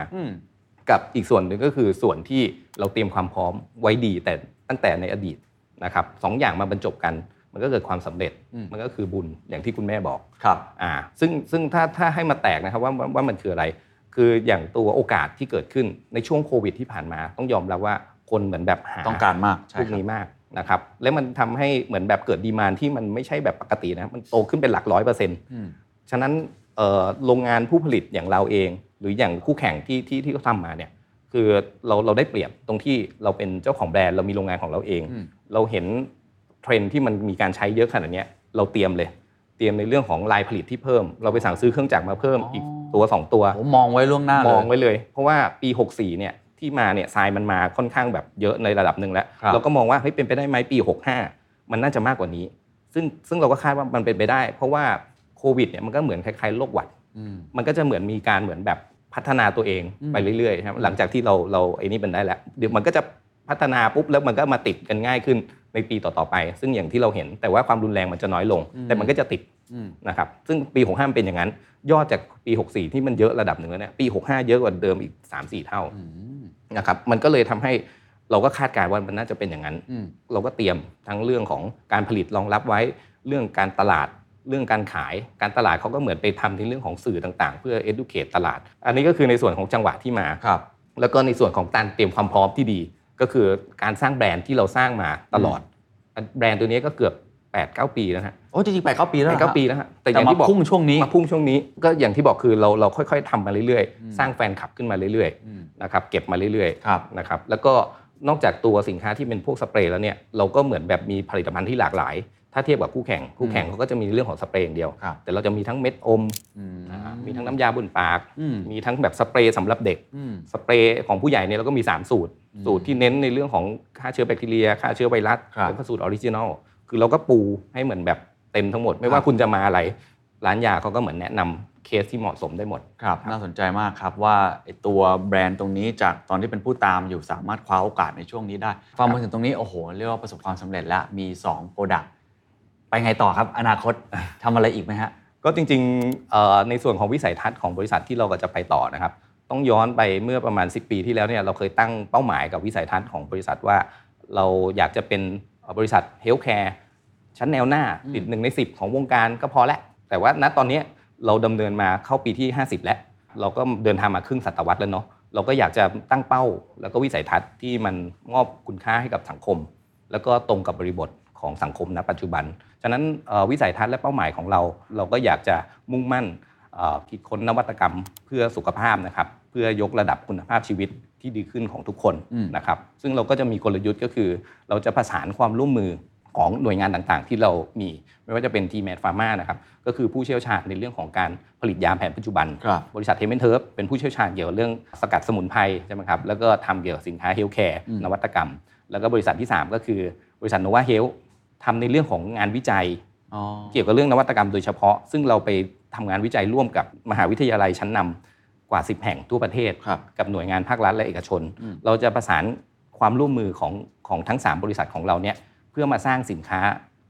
กับอีกส่วนหนึ่งก็คือส่วนที่เราเตรียมความพร้อมไว้ดีแต่ตั้งแต่ในอดีตนะครับสองอย่างมาบรรจบกันมันก็เกิดความสำเร็จ
อืม
มันก็คือบุญอย่างที่คุณแม่บอก
ครับ
อ่าซึ่งซึ่งถ้าถ้าให้มาแตกนะครับว่าว่าว่ามันคืออะไร คืออย่างตัวโอกาสที่เกิดขึ้นในช่วงโควิดที่ผ่านมา ต้องยอมรับว่าคนเหมือนแบบหา
ต้องการมากใช่
พวก
ครับ
นี้มากนะครับและมันทำให้เหมือนแบบเกิดดีมานที่มันไม่ใช่แบบปกตินะมันโตขึ้นเป็นหลักร้อยเปอร์เซ็นต์
อืม
ฉะนั้นเอ่อโรงงานผู้ผลิตอย่างเราเอง หรืออย่างคู่แข่งที่ที่ที่เขาทำมาเนี่ยคือเราเราได้เปรียบตรงที่เราเป็นเจ้าของแบรนด์เรามีโรงงานของเราเอง
อืม
เราเห็นเทรนด์ที่มันมีการใช้เยอะขนาดเนี้ยเราเตรียมเลย เต ตรียมในเรื่องของลายผลิตที่เพิ่ม เราไปสั่งซื้อเครื่องจักรมาเพิ่มอีกตัวสองตัว
ผมมองไว้ล่วงหน้าม เล
อง
ย
ไว้เลย เพราะว่าปี 64 เนี่ยที่มาเนี่ยทรายมันมาค่อนข้างแบบเยอะในระดับหนึ่งแล้ว
ครับ
เราก็มองว่าเฮ้ยเป็นไปได้ไหมปี 65 มันน่าจะมากกว่านี้ ซึ่งซึ่งเราก็คาดว่ามันเป็นไปได้ เพราะว่าโควิดเนี่ยมันก็เหมือนคล้ายๆโรคหวัด
อืม
มันก็จะเหมือนมีการเหมือนแบบพัฒนาตัวเอง
อืม
ไปเรื่อยๆครับหลังจากที่เราเราไอ้นี่มันได้แล้ว เดี๋ยวมันก็จะพัฒนาปุ๊บแล้วมันก็มาติดกันง่ายขึ้นในปีต่อๆไป ซึ่งอย่างที่เราเห็นแต่ว่าความรุนแรงมันจะน้อยลง แต่มันก็จะติด
อืม
นะครับซึ่งปี 65มันเป็นอย่างนั้น ยอดจากปี 64 ที่มันเยอะระดับหนึ่งแล้วเนี่ยปี 65 เยอะกว่าเดิมอีก 3-4 เท่า
อืม
นะครับมันก็เลยทำให้เราก็คาดการณ์ว่ามันน่าจะเป็นอย่างนั้น
อืม
เราก็เตรียมทั้งเรื่องของการผลิตรองรับไว้ เรื่องการตลาดเรื่องการขาย การตลาดเขาก็เหมือนไปทำในเรื่องของสื่อต่างๆ เพื่อ educate ตลาด อันนี้ก็คือในส่วนของจังหวะที่มา
ครับ
แล้วก็ในส่วนของการเตรียมความพร้อมที่ดี ก็คือการสร้างแบรนด์ที่เราสร้างมาตลอด แบรนด์ตัวนี้ก็เกือบ8-9 ปีแล้วฮะ
โอ้จริงๆแปดเก้าปีแล้ว
แป
หร
ด
อ
เก้า
ฮะ
ปีแล้วฮะแต่อ
แต่
ย่าง
มา
ที่บอก
พุ่งช่วงนี้
มาพุ่งช่วงนี้ก็อย่างที่บอกคือเราเราค่อยๆทำมาเรื่อยๆ สร้างแฟนคลับขึ้นมาเรื่อย
อืม
ๆนะครับเก็บมาเรื่อย
ครับ
ๆนะครับแล้วก็นอกจากตัวสินค้าที่เป็นพวกสเปรย์แล้วเนี่ยเราก็เหมือนแบบมีผลิตภัณฑ์ที่หลากหลาย ถ้าเทียบกับคู่แข่งคู่แข่งเขาก็จะมีเรื่องของสเปรย์อย่างเดียว
ครับ
แต่เราจะมีทั้งเม็ดอม
อืม
อ่ามีทั้งน้ำยาบนปาก
อืม
มีทั้งแบบสเปรย์สำหรับเด็ก
อืม
สเปรย์ของผู้ใหญ่เนี่ยเราก็มี 3 สูตร สูตรที่เน้นในเรื่องของฆ่าเชื้อแบคทีเรียฆ่าเชื้อไวรัส
ครับ
แล้วก็สูตรออริจินอลคือเราก็ปูให้เหมือนแบบเต็มทั้งหมด ไม่ว่า
ครับ
คุณจะมาอะไร ร้านยาเขาก็เหมือนแนะนำเคสที่เหมาะสมได้หมด
ครับ น่าสนใจมากครับว่าไอ้ตัวแบรนด์ตรงนี้จากตอนที่เป็นผู้ตามอยู่สามารถคว้าโอกาสในช่วงนี้ได้ ฟังมาถึงตรงนี้ โอ้โห เรียกว่าประสบความสำเร็จแล้ว มี2โปรดักต์ไปไงต่อครับ อนาคตทำอะไรอีกไหมฮะ
ก็จริงๆเอ่อในส่วนของวิสัยทัศน์ของบริษัทที่เราก็จะไปต่อนะครับต้องย้อนไปเมื่อประมาณ 10 ปีที่แล้วเนี่ยเราเคยตั้งเป้าหมายกับวิสัยทัศน์ของบริษัทว่า เราอยากจะเป็นบริษัทเฮลท์แคร์ชั้นแนวหน้า
อืม
ติดหนึ่งใน 10 ของวงการก็พอแล้วแต่ว่าณตอนเนี้ยเราดำเนินมาเข้าปีที่ 50 แล้ว เราก็เดินทางมาครึ่งศตวรรษแล้วเนาะเราก็อยากจะตั้งเป้า แล้วก็วิสัยทัศน์ที่มันมอบคุณค่าให้กับสังคม แล้วก็ตรงกับบริบทของสังคมณปัจจุบัน ฉะนั้นเอ่อวิสัยทัศน์และเป้าหมายของเรา เราก็อยากจะมุ่งมั่นเอ่อคิดค้นนวัตกรรมเพื่อสุขภาพนะครับ เพื่อยกระดับคุณภาพชีวิตที่ดีขึ้นของทุกคน
อืม
นะครับ ซึ่งเราก็จะมีกลยุทธ์ก็คือ เราจะประสานความร่วมมือของหน่วยงานต่างๆ ที่เรามี ไม่ว่าจะเป็นทีแมทฟาร์มานะครับ ก็คือผู้เชี่ยวชาญในเรื่องของการผลิตยาแผนปัจจุบัน
ครับ
บริษัทเฮมเบนเทิร์ฟเป็นผู้เชี่ยวชาญเกี่ยวกับเรื่องสกัดสมุนไพรใช่ไหมครับ แล้วก็ทำเกี่ยวกับสินค้าเฮลท์แคร์
อืม
นวัตกรรม แล้วก็บริษัทที่ 3 ก็คือบริษัทโนวาเฮลทำในเรื่องของงานวิจัย
อ๋อ
เกี่ยวกับเรื่องนวัตกรรมโดยเฉพาะ ซึ่งเราไปทำงานวิจัยร่วมกับมหาวิทยาลัยชั้นนำกว่า 10 แห่งทั่วประเทศ
ครับ
กับหน่วยงานภาครัฐและเอกชน
อืม
เราจะประสานความร่วมมือของของทั้ง 3 บริษัทของเราเนี่ยเพื่อมาสร้างสินค้า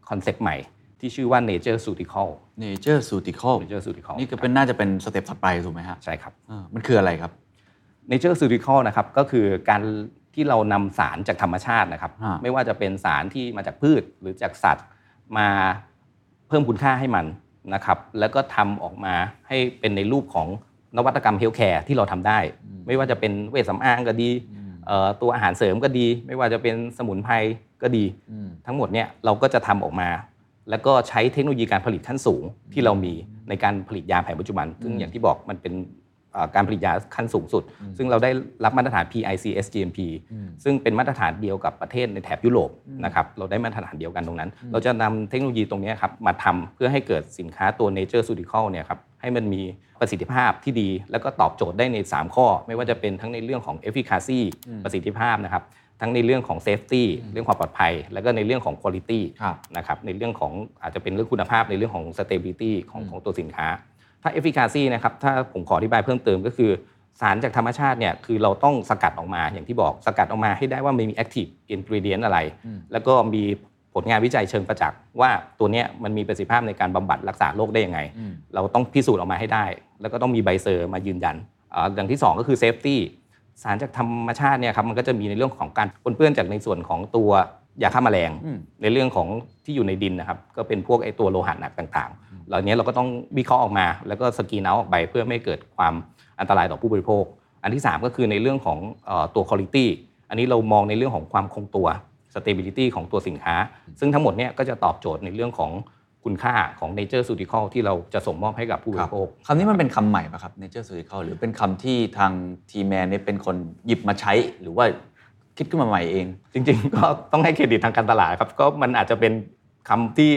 คอนเซปต์ใหม่ ที่ชื่อว่า Nature Surgical
Nature Surgical
Nature Surgical
นี่ก็เป็นน่าจะเป็นสเต็ปถัดไปถูกไหมฮะ
ใช่ครับ
เออมันคืออะไรครับ
Nature Surgical นะครับก็คือการที่เรานำสารจากธรรมชาตินะครับ
ฮะ
ไม่ว่าจะเป็นสารที่มาจากพืชหรือจากสัตว์ มาเพิ่มคุณค่าให้มันนะครับ แล้วก็ทำออกมาให้เป็นในรูปของนวัตกรรมเฮลท์แคร์ที่เราทำได้ ไม่ว่าจะเป็นเวชสำอางก็ดี
อืม
เอ่อตัวอาหารเสริมก็ดี ไม่ว่าจะเป็นสมุนไพรก็ดี
อืม
ทั้งหมดเนี่ยเราก็จะทำออกมา แล้วก็ใช้เทคโนโลยีการผลิตขั้นสูงที่เรามีในการผลิตยาแผนปัจจุบัน ซึ่งอย่างที่บอกมันเป็นเอ่อการผลิตยาขั้นสูงสุด ซึ่งเราได้รับมาตรฐาน PICS GMP ซึ่งเป็นมาตรฐานเดียวกับประเทศในแถบยุโรปนะครับเราได้มาตรฐานเดียวกันตรงนั้น เราจะนำเทคโนโลยีตรงเนี้ยครับมาทำเพื่อให้เกิดสินค้าตัว Nature Surgical เนี่ยครับให้มันมีประสิทธิภาพที่ดี แล้วก็ตอบโจทย์ได้ใน 3 ข้อ ไม่ว่าจะเป็นทั้งในเรื่องของ efficacy ประสิทธิภาพนะครับทั้งในเรื่องของ safety เรื่องความปลอดภัย แล้วก็ในเรื่องของ quality
ครับ
นะครับในเรื่องของอาจจะเป็นเรื่องคุณภาพในเรื่องของ stability ของของตัวสินค้า ถ้า efficacy นะครับถ้าผมขออธิบายเพิ่มเติมก็คือ สารจากธรรมชาติเนี่ยคือเราต้องสกัดออกมาอย่างที่บอกสกัดออกมาให้ได้ว่ามันมี active ingredient อะไร แล้วก็มีผลงานวิจัยเชิงประจักษ์ว่าตัวเนี้ยมันมีประสิทธิภาพในการบำบัดรักษาโรคได้ยังไง
อืม
เราต้องพิสูจน์ออกมาให้ได้ แล้วก็ต้องมีใบเซอร์มายืนยันอ่าอย่างที่สองก็คือ safety สารจากธรรมชาติเนี่ยครับมันก็จะมีในเรื่องของการปนเปื้อนจากในส่วนของตัวยาฆ่าแมลง
อืม
ในเรื่องของที่อยู่ในดินนะครับ ก็เป็นพวกไอตัวโลหะหนักต่างๆ เหล่านี้เราก็ต้องวิเคราะห์ออกมา แล้วก็สกรีนเอาท์ออกไปเพื่อไม่ให้เกิดความอันตรายต่อผู้บริโภค อันที่ 3 ก็คือในเรื่องของเอ่อตัวคุณ i t y อันนี้เรามองในเรื่องของความคงตัว stability ของตัวสินค้า ซึ่งทั้งหมดเนี่ยก็จะตอบโจทย์ในเรื่องของคุณค่าของ nature surgical ที่เราจะส่งมอบให้กับผู้บริโภค
คำนี้มันเป็นคำใหม่ป่ะครับ Nature Surgical หรือเป็นคำที่ทางทีแมนเนี่ยเป็นคนหยิบมาใช้หรือว่าคิดขึ้นมาใหม่เอง
จริงๆ ก็ต้องให้เครดิตทางการตลาดครับ ก็มันอาจจะเป็นคำที่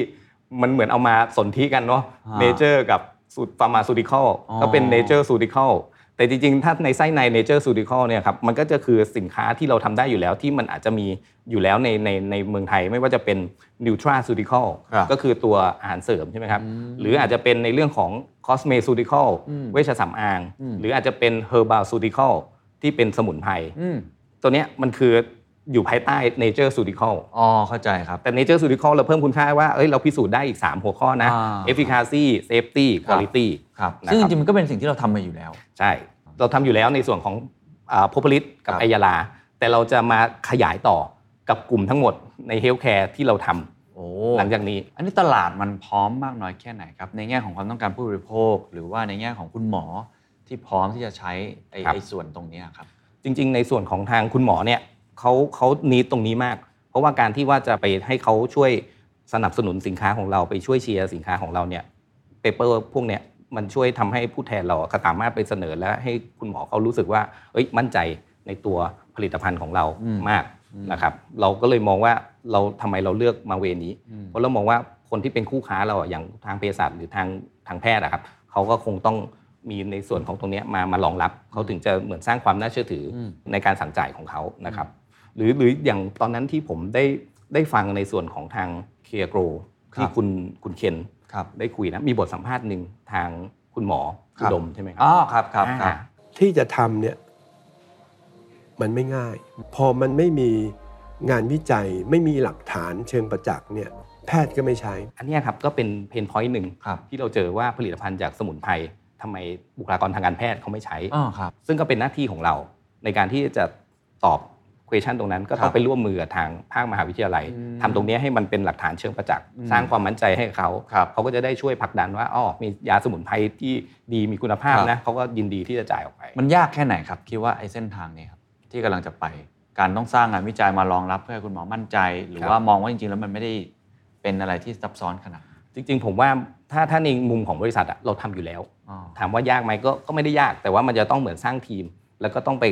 มันเหมือนเอามาสนธิกันเนาะ
อ่า
เนเจอร์กับสูตรฟาร์มาซูติคอล
อ๋อ
ก็เป็นเนเจอร์ซูติคอลแต่จริงๆ ถ้าในไส้ในเนเจอร์ซูติคอลเนี่ยครับมันก็จะคือสินค้าที่เราทำได้อยู่แล้วที่มันอาจจะมีอยู่แล้วในในในเมืองไทยไม่ว่าจะเป็นนิวทราซูติคอล
ครับ
ก็คือตัวอาหารเสริมใช่ไหมครับ หรืออาจจะเป็นในเรื่องของคอสเมซูติคอลเวชสำอาง หรืออาจจะเป็นเฮอร์บาซูติคอลที่เป็นสมุนไพร
อืม
ตัวเนี้ยมันคืออยู่ภายใต้เนเจอร์สูติคอล
อ๋อเข้าใจครับ
แต่เนเจอร์สูติคอลเราเพิ่มคุณค่าว่าเอ้ยเราพิสูจน์ได้อีก 3 หัวข้อนะ
อ่า
efficacy safety
ครับ
quality
ครับ
นะครับ
ซึ่งจริงๆมันก็เป็นสิ่งที่เราทำมาอยู่แล้ว
ใช่ เราทำอยู่แล้วในส่วนของพพลิตกับ
ครับ
ไอยาลา แต่เราจะมาขยายต่อกับกลุ่มทั้งหมดในเฮลท์แคร์ที่เราท
โอ้
ำหลังจากนี้
อันนี้ตลาดมันพร้อมมากน้อยแค่ไหนครับ ในแง่ของความต้องการผู้บริโภค หรือว่าในแง่ของคุณหมอที่พร้อมที่จะใช้ไอ้
ครับ
ไอ้ส่วนตรงเนี้ยครับ
จริงๆ ในส่วนของทางคุณหมอเนี่ยเขาเขานีตรงนี้มาก เพราะว่าการที่ว่าจะไปให้เขาช่วยสนับสนุนสินค้าของเราไปช่วยเชียร์สินค้าของเราเนี่ยเปเปอร์พวกเนี้ยมันช่วยทำให้ผู้แทนเราก็สามารถไปเสนอและให้คุณหมอเขารู้สึกว่า เอ้ยมั่นใจในตัวผลิตภัณฑ์ของเรา
อืม
มากนะครับ เราก็เลยมองว่าเราทำไมเราเลือกมาเวนี้
อืม
เพราะเรามองว่าคนที่เป็นคู่ค้าเราอะอย่างทางเภสัชหรือทางทางแพทย์อะครับเขาก็คงต้องมีในส่วนของตรงเนี้ยมามารองรับเขาถึงจะเหมือนสร้างความน่าเชื่อถืออ
ม
ในการสั่งจ่ายของเขานะครับ หรือหรืออย่างตอนนั้นที่ผมได้ได้ฟังในส่วนของทางเคียโกรที่คุณคุณเคน
ครับ
ได้คุยนะมีบทสัมภาษณ์หนึ่งทางคุณหมอ
ครั
อุ
บ
ดมใช่ไหมครั
อ๋อครับครับครั
อ่า
บ
ที่จะทำเนี่ยมันไม่ง่าย พอมันไม่มีงานวิจัยไม่มีหลักฐานเชิงประจักษ์เนี่ยแพทย์ก็ไม่ใช้
อันเนี้ยครับก็เป็นเพนพอยต์หนึ่ง
ครับ
ที่เราเจอว่าผลิตภัณฑ์จากสมุนไพรทำไมบุคลากรทางการแพทย์เขาไม่ใช้
อ๋อครับ
ซึ่งก็เป็นหน้าที่ของเราในการที่จะตอบ question ตรงนั้น ก็ต้อ
ครั
ง
บ
ไปร่วมมือกับทางภาคมหาวิทยาลัย
อืม
ทำตรงเนี้ยให้มันเป็นหลักฐานเชิงประจักษ์
อืม
สร้างความมั่นใจให้เขา
ครับ
เขาก็จะได้ช่วยผลักดันว่าอ๋อมียาสมุนไพรที่ดีมีคุณภาพ
ครับ
นะเขาก็ยินดีที่จะจ่ายออกไป
มันยากแค่ไหนครับ คิดว่าไอ้เส้นทางเนี้ครับที่กำลังจะไปการต้องสร้างงานวิจัยมารองรับเพื่อให้คุณหมอมั่นใจ หรือ
ครับ
ว่ามองว่าจริงๆแล้วมันไม่ได้เป็นอะไรที่ซับซ้อนขนาดนั้น
จริงๆ ผมว่าถ้าถ้าในมุมของบริษัทอะเราทำอยู่แล้ว
อ๋อ
ถามว่ายากไหมก็ก็ไม่ได้ยาก แต่ว่ามันจะต้องเหมือนสร้างทีม แล้วก็ต้องไป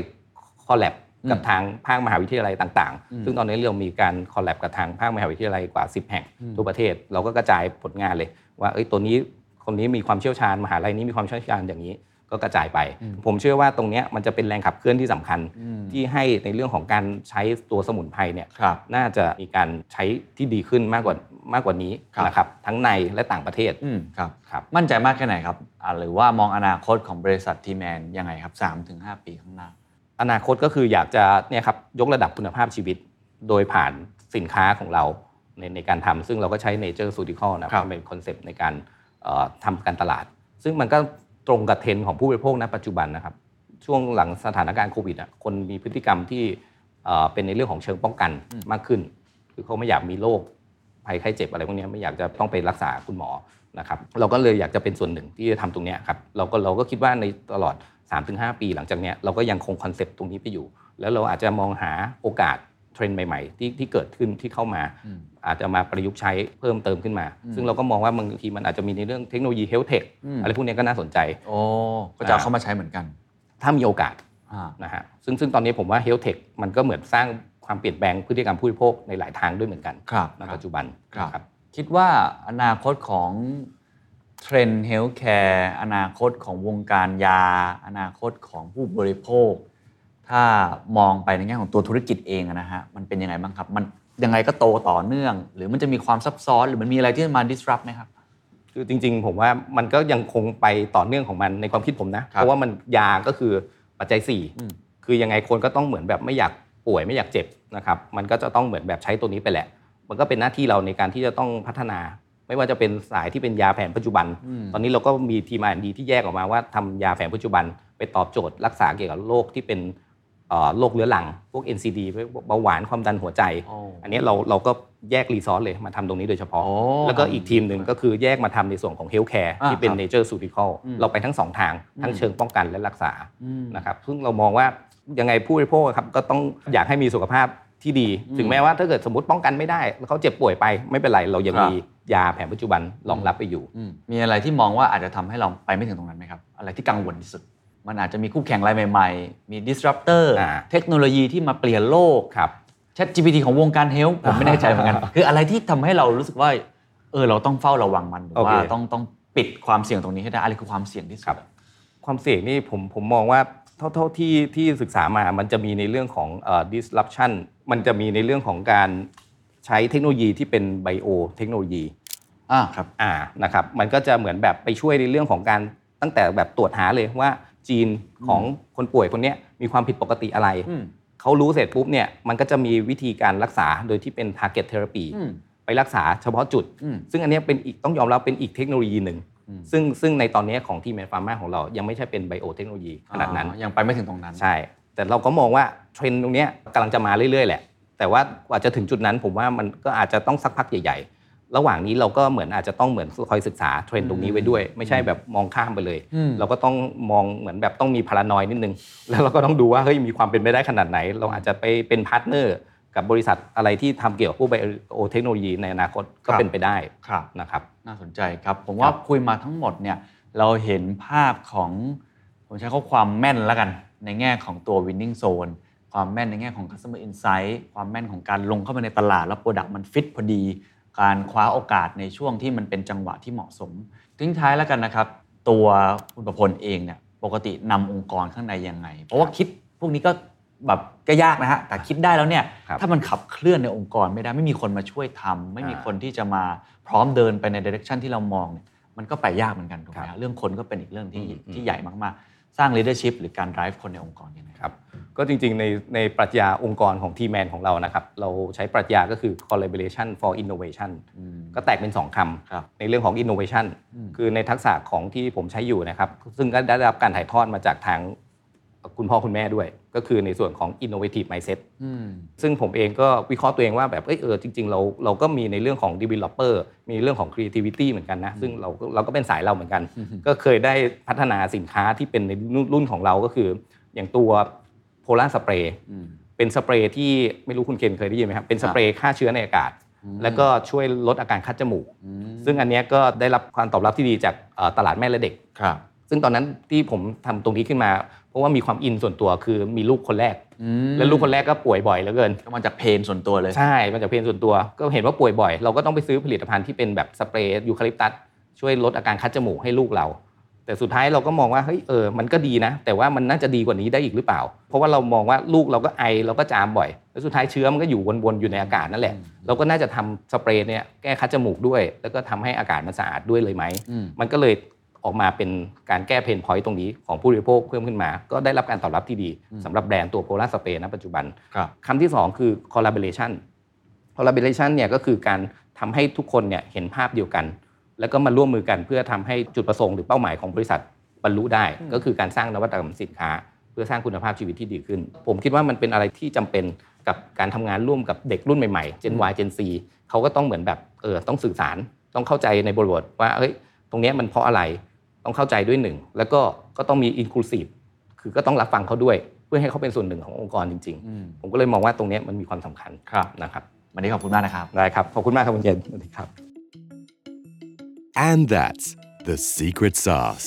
คอลแลบกับ
อืม
ทางภาคมหาวิทยาลัยต่าง
อืม
ๆ ซึ่งตอนนี้เรามีการคอลแลบกับทางภาคมหาวิทยาลัยกว่า 10 แห่ง
อืม
ทั่วประเทศ เราก็กระจายผลงานเลย ว่าเอ้ยตัวนี้คนนี้มีความเชี่ยวชาญมหาลัยนี้มีความเชี่ยวชาญอย่างนี้ก็กระจายไป
อืม
ผมเชื่อว่าตรงเนี้ยมันจะเป็นแรงขับเคลื่อนที่สำคัญ
อืม
ที่ให้ในเรื่องของการใช้ตัวสมุนไพรเนี่ย
ครับ
น่าจะมีการใช้ที่ดีขึ้นมากกว่ามากกว่านี้
ครับ
นะครับทั้งในและต่างประเทศ
อืมครับ
ครับ
มั่นใจมากแค่ไหนครับอ่าหรือว่ามองอนาคตของบริษัททีแมนยังไงครับ3ถึง5ปีข้างหน้า
อนาคตก็คืออยากจะเนี่ยครับยกระดับคุณภาพชีวิต โดยผ่านสินค้าของเราในในการทำซึ่งเราก็ใช้ Nature s u t i c a l นะครับ มันเป็นคอนเซปต์ในการเอ่อทำการตลาด ซึ่งมันก็ตรงกับเทรนด์ของผู้บริโภคณปัจจุบันนะครับ ช่วงหลังสถานการณ์โควิดอะคนมีพฤติกรรมที่เอ่อเป็นในเรื่องของเชิงป้องกันมากขึ้น คือเขาไม่อยากมีโรคภัยไข้เจ็บอะไรพวกเนี้ยไม่อยากจะต้องไปรักษาคุณหมอนะครับ เราก็เลยอยากจะเป็นส่วนหนึ่งที่จะทำตรงเนี้ยครับเราก็เราก็คิดว่าในตลอด 3-5 ปีหลังจากเนี้ยเราก็ยังคงคอนเซปต์ตรงนี้ไปอยู่ แล้วเราอาจจะมองหาโอกาสเทรนด์ใหม่ๆ ที่ที่เกิดขึ้นที่เข้ามา
อืม
อาจจะมาประยุกต์ใช้เพิ่มเติมขึ้นมา ซึ่งเราก็มองว่าบางทีมันอาจจะมีในเรื่องเทคโนโลยีเฮลท์เทค
อืม
อะไรพวกเนี้ยก็น่าสนใจ
โอ้ก็จะเอาเข้ามาใช้เหมือนกัน
ถ้ามีโอกาส
อ่า
นะฮะซึ่งซึ่งตอนนี้ผมว่าเฮลเทคมันก็เหมือนสร้างความเปลี่ยนแปลงพฤติกรรมผู้บริโภคในหลายทางด้วยเหมือนกัน
ครับ
ในปัจจุบัน
ครับ
นะครับ
คิดว่าอนาคตของเทรนด์เฮลท์แคร์อนาคตของวงการยา อนาคตของผู้บริโภค ถ้ามองไปในแง่ของตัวธุรกิจเองอะนะฮะมันเป็นยังไงบ้างครับ มันยังไงก็โตต่อเนื่อง หรือมันจะมีความซับซ้อนหรือมันมีอะไรที่มา disrupt ไหมครับ
คือจริงๆ ผมว่ามันก็ยังคงไปต่อเนื่องของมันในความคิดผมนะ
ครับ
เพราะว่ามันยาก็คือปัจจัย
อืม
4 คือยังไงคนก็ต้องเหมือนแบบไม่อยากป่วยไม่อยากเจ็บนะครับมันก็จะต้องเหมือนแบบใช้ตัวนี้ไปแหละ มันก็เป็นหน้าที่เราในการที่จะต้องพัฒนา ไม่ว่าจะเป็นสายที่เป็นยาแผนปัจจุบัน
อืม
ตอนนี้เราก็มีทีม R&D ที่แยกออกมาว่าทำยาแผนปัจจุบัน ไปตอบโจทย์รักษาเกี่ยวกับโรคที่เป็นเอ่อโรคเรื้อรังพวก NCD พวกเบาหวานความดันหัวใจ อันเนี้ยเราเราก็แยกรีซอสเลยมาทำตรงนี้โดยเฉพาะ
โอ้
แล้วก็อีกทีมหนึ่งก็คือแยกมาทำในส่วนของเฮลท์แคร์
อ่า
ที่เป็น
ครับ
เนเจอร์สูติคอล
อืม
เราไปทั้งสองทาง ทั้ง
อืม
เชิงป้องกันและรักษา
อืม
นะครับซึ่งเรามองว่ายังไงผู้บริโภคครับก็ต้องอยากให้มีสุขภาพที่ดี
อืม
ถึงแม้ว่าถ้าเกิดสมมติป้องกันไม่ได้แล้วเขาเจ็บป่วยไปไม่เป็นไร เรายัง
ครับ
มียาแผนปัจจุบันรองรับไปอยู่
อืมมีอะไรที่มองว่าอาจจะทำให้เราไปไม่ถึงตรงนั้นไหมครับ อะไรที่กังวลที่สุด มันอาจจะมีคู่แข่งรายใหม่ ๆ มี disruptor
อ่า
เทคโนโลยีที่มาเปลี่ยนโลก
ครับ
Chat GPT ของวงการเฮลท์ผมไม่แน่ใจเหมือนกัน คืออะไรที่ทำให้เรารู้สึกว่า เออเราต้องเฝ้าระวังมันหรือ
โอเค
ว่าต้องต้องปิดความเสี่ยงตรงนี้ให้ได้อะไรคือความเสี่ยงที่สุด
ความเสี่ยงนี่ผมผมมองว่าเท่าเท่าที่ที่ศึกษามา มันจะมีในเรื่องของเอ่อ disruption มันจะมีในเรื่องของการใช้เทคโนโลยีที่เป็นไบโอเทคโนโลยี
อ่าครับ
อ่านะครับมันก็จะเหมือนแบบไปช่วยในเรื่องของการตั้งแต่แบบตรวจหาเลยว่าจีนของคนป่วยคนเนี้ยมีความผิดปกติอะไร
อืม
เขารู้เสร็จปุ๊บเนี่ยมันก็จะมีวิธีการรักษาโดยที่เป็น target therapy
อืม
ไปรักษาเฉพาะจุด
อืม
ซึ่งอันเนี้ยเป็นอีกต้องยอมรับเป็นอีกเทคโนโลยีหนึ่ง
อืม
ซึ่งซึ่งในตอนเนี้ยของที่แมนฟาร์มาของเรายังไม่ใช่เป็นไบโอเทคโนโลยีขนาดนั้น
อ๋อยังไปไม่ถึงตรงนั้น
ใช่ แต่เราก็มองว่าเทรนด์ตรงเนี้ยกำลังจะมาเรื่อย ๆ แหละ แต่ว่ากว่าจะถึงจุดนั้นผมว่ามันก็อาจจะต้องสักพักใหญ่ ๆ ระหว่างนี้เราก็เหมือนอาจจะต้องเหมือนคอยศึกษาเทรนด์ตรงนี้ไว้ด้วย ไม่ใช่แบบมองข้ามไปเลย
อืม
เราก็ต้องมองเหมือนแบบต้องมีพารานอยนิดนึง แล้วเราก็ต้องดูว่าเฮ้ยมีความเป็นไปได้ขนาดไหน เราอาจจะไปเป็นพาร์ทเนอร์กับบริษัทอะไรที่ทำเกี่ยวกับพวกไบโอเทคโนโลยีในอนาคตก็เป็นไปได้
ครับ
นะครับ
น่าสนใจครับ ผมว่าคุยมาทั้งหมดเนี่ยเราเห็นภาพของ ผมใช้ข้อความแม่นแล้วกัน ในแง่ของตัว winning zone ความแม่นในแง่ของ customer insight ความแม่นของการลงเข้าไปในตลาด แล้ว product มันฟิตพอดี การคว้าโอกาสในช่วงที่มันเป็นจังหวะที่เหมาะสม ทิ้งท้ายแล้วกันนะครับ ตัวคุณประพลเองเนี่ยปกตินำองค์กรข้างในยังไง เพราะว่าคิดพวกนี้ก็แบบก็ยากนะฮะแต่คิดได้แล้วเนี่ย
ครับ
ถ้ามันขับเคลื่อนในองค์กรไม่ได้ไม่มีคนมาช่วยทำไม่มีคน คนที่จะมาพร้อมเดินไปในเดเร c ชันที่เรามองเนี่ยมันก็ไปยากเหมือนกันถูกไหม
ครั
ฮะ
บ
เรื่องคนก็เป็นอีกเรื่องที่
อืมอืม
ที่ใหญ่มากๆ สร้าง leadership หรือการ drive คนในองค์กรยังไง
ครับก็จริงๆ ในในปรัชญาองค์กรของทีแมนของเรานะครับ เราใช้ปรัชญาก็คือ collaboration for innovation
อืม
ก็แตกเป็น 2 คำ
ครับ
ในเรื่องของ innovation
อืม
คือในทักษะของที่ผมใช้อยู่นะครับ ซึ่งก็ได้รับการถ่ายทอดมาจากทางคุณพ่อคุณแม่ด้วย ก็คือในส่วนของ innovative mindset
อืม
ซึ่งผมเองก็วิเคราะห์ตัวเองว่าแบบเอยเออจริง ๆ เราเราก็มีในเรื่องของ developer มีเรื่องของ creativity เหมือนกันนะ ซึ่งเราก็เราก็เป็นสายเราเหมือนกัน ก็เคยได้พัฒนาสินค้าที่เป็นในรุ่นของเราก็คือ อย่างตัว polar spray
อืม
เป็นสเปรย์ที่ไม่รู้คุณเคนเคยได้ยินไหมครับ เป็นสเปรย์ฆ่าเชื้อในอากาศ แล้วก็ช่วยลดอาการคัดจมูก ซึ่งอันเนี้ยก็ได้รับความตอบรับที่ดีจากเอ่อตลาดแม่และเด็ก
ครับ
ซึ่งตอนนั้นที่ผมทำตรงนี้ขึ้นมา เพราะว่ามีความอินส่วนตัวคือมีลูกคนแรก และลูกคนแรกก็ป่วยบ่อยเหลือเกิน
ก็มาจากเพนส่วนตัวเลย
ใช่มาจากเพนส่วนตัวก็เห็นว่าป่วยบ่อย เราก็ต้องไปซื้อผลิตภัณฑ์ที่เป็นแบบสเปรย์ยูคาลิปตัสช่วยลดอาการคัดจมูกให้ลูกเรา แต่สุดท้ายเราก็มองว่าเฮ้ยเออมันก็ดีนะ แต่ว่ามันน่าจะดีกว่านี้ได้อีกหรือเปล่า เพราะว่าเรามองว่าลูกเราก็ไอเราก็จามบ่อย แล้วสุดท้ายเชื้อมันก็อยู่วนๆอยู่ในอากาศนั่นแหละ เราก็น่าจะทำสเปรย์เนี่ยแก้คัดจมูกด้วย แล้วก็ทำให้อากาศมันสะอาดด้วยเลยไหม
อืม
มันก็เลยออกมาเป็นการแก้เพนพอยต์ตรงนี้ของผู้บริโภคเพิ่มขึ้นมา ก็ได้รับการตอบรับที่ดีสำหรับแบรนด์ตัวโพลาสเปรย์ณปัจจุบัน
ครับ
คำที่ 2 คือ collaboration collaboration เนี่ยก็คือการทำให้ทุกคนเนี่ยเห็นภาพเดียวกัน แล้วก็มาร่วมมือกันเพื่อทำให้จุดประสงค์หรือเป้าหมายของบริษัทบรรลุได้ ก็คือการสร้างนวัตกรรมสินค้า เพื่อสร้างคุณภาพชีวิตที่ดีขึ้น ผมคิดว่ามันเป็นอะไรที่จำเป็นกับการทำงานร่วมกับเด็กรุ่นใหม่ๆ Gen Y Gen Z เขาก็ต้องเหมือนแบบเออต้องสื่อสารต้องเข้าใจในบริบทว่าเอ้ยตรงเนี้ยมันเพราะอะไรต้องเข้าใจด้วยหนึ่งแล้วก็ก็ต้องมี inclusive คือก็ต้องรับฟังเขาด้วย เพื่อให้เขาเป็นส่วนหนึ่งขององค์กรจริง ๆ
อืม
ผมก็เลยมองว่าตรงเนี้ยมันมีความสำคัญ
ครับ
นะครับ
วันนี้ขอบคุณมากนะครับ
ได้ครับ ขอบคุณมากครับคุณเจนสวัสดีครับ
And that's the secret sauce.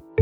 บ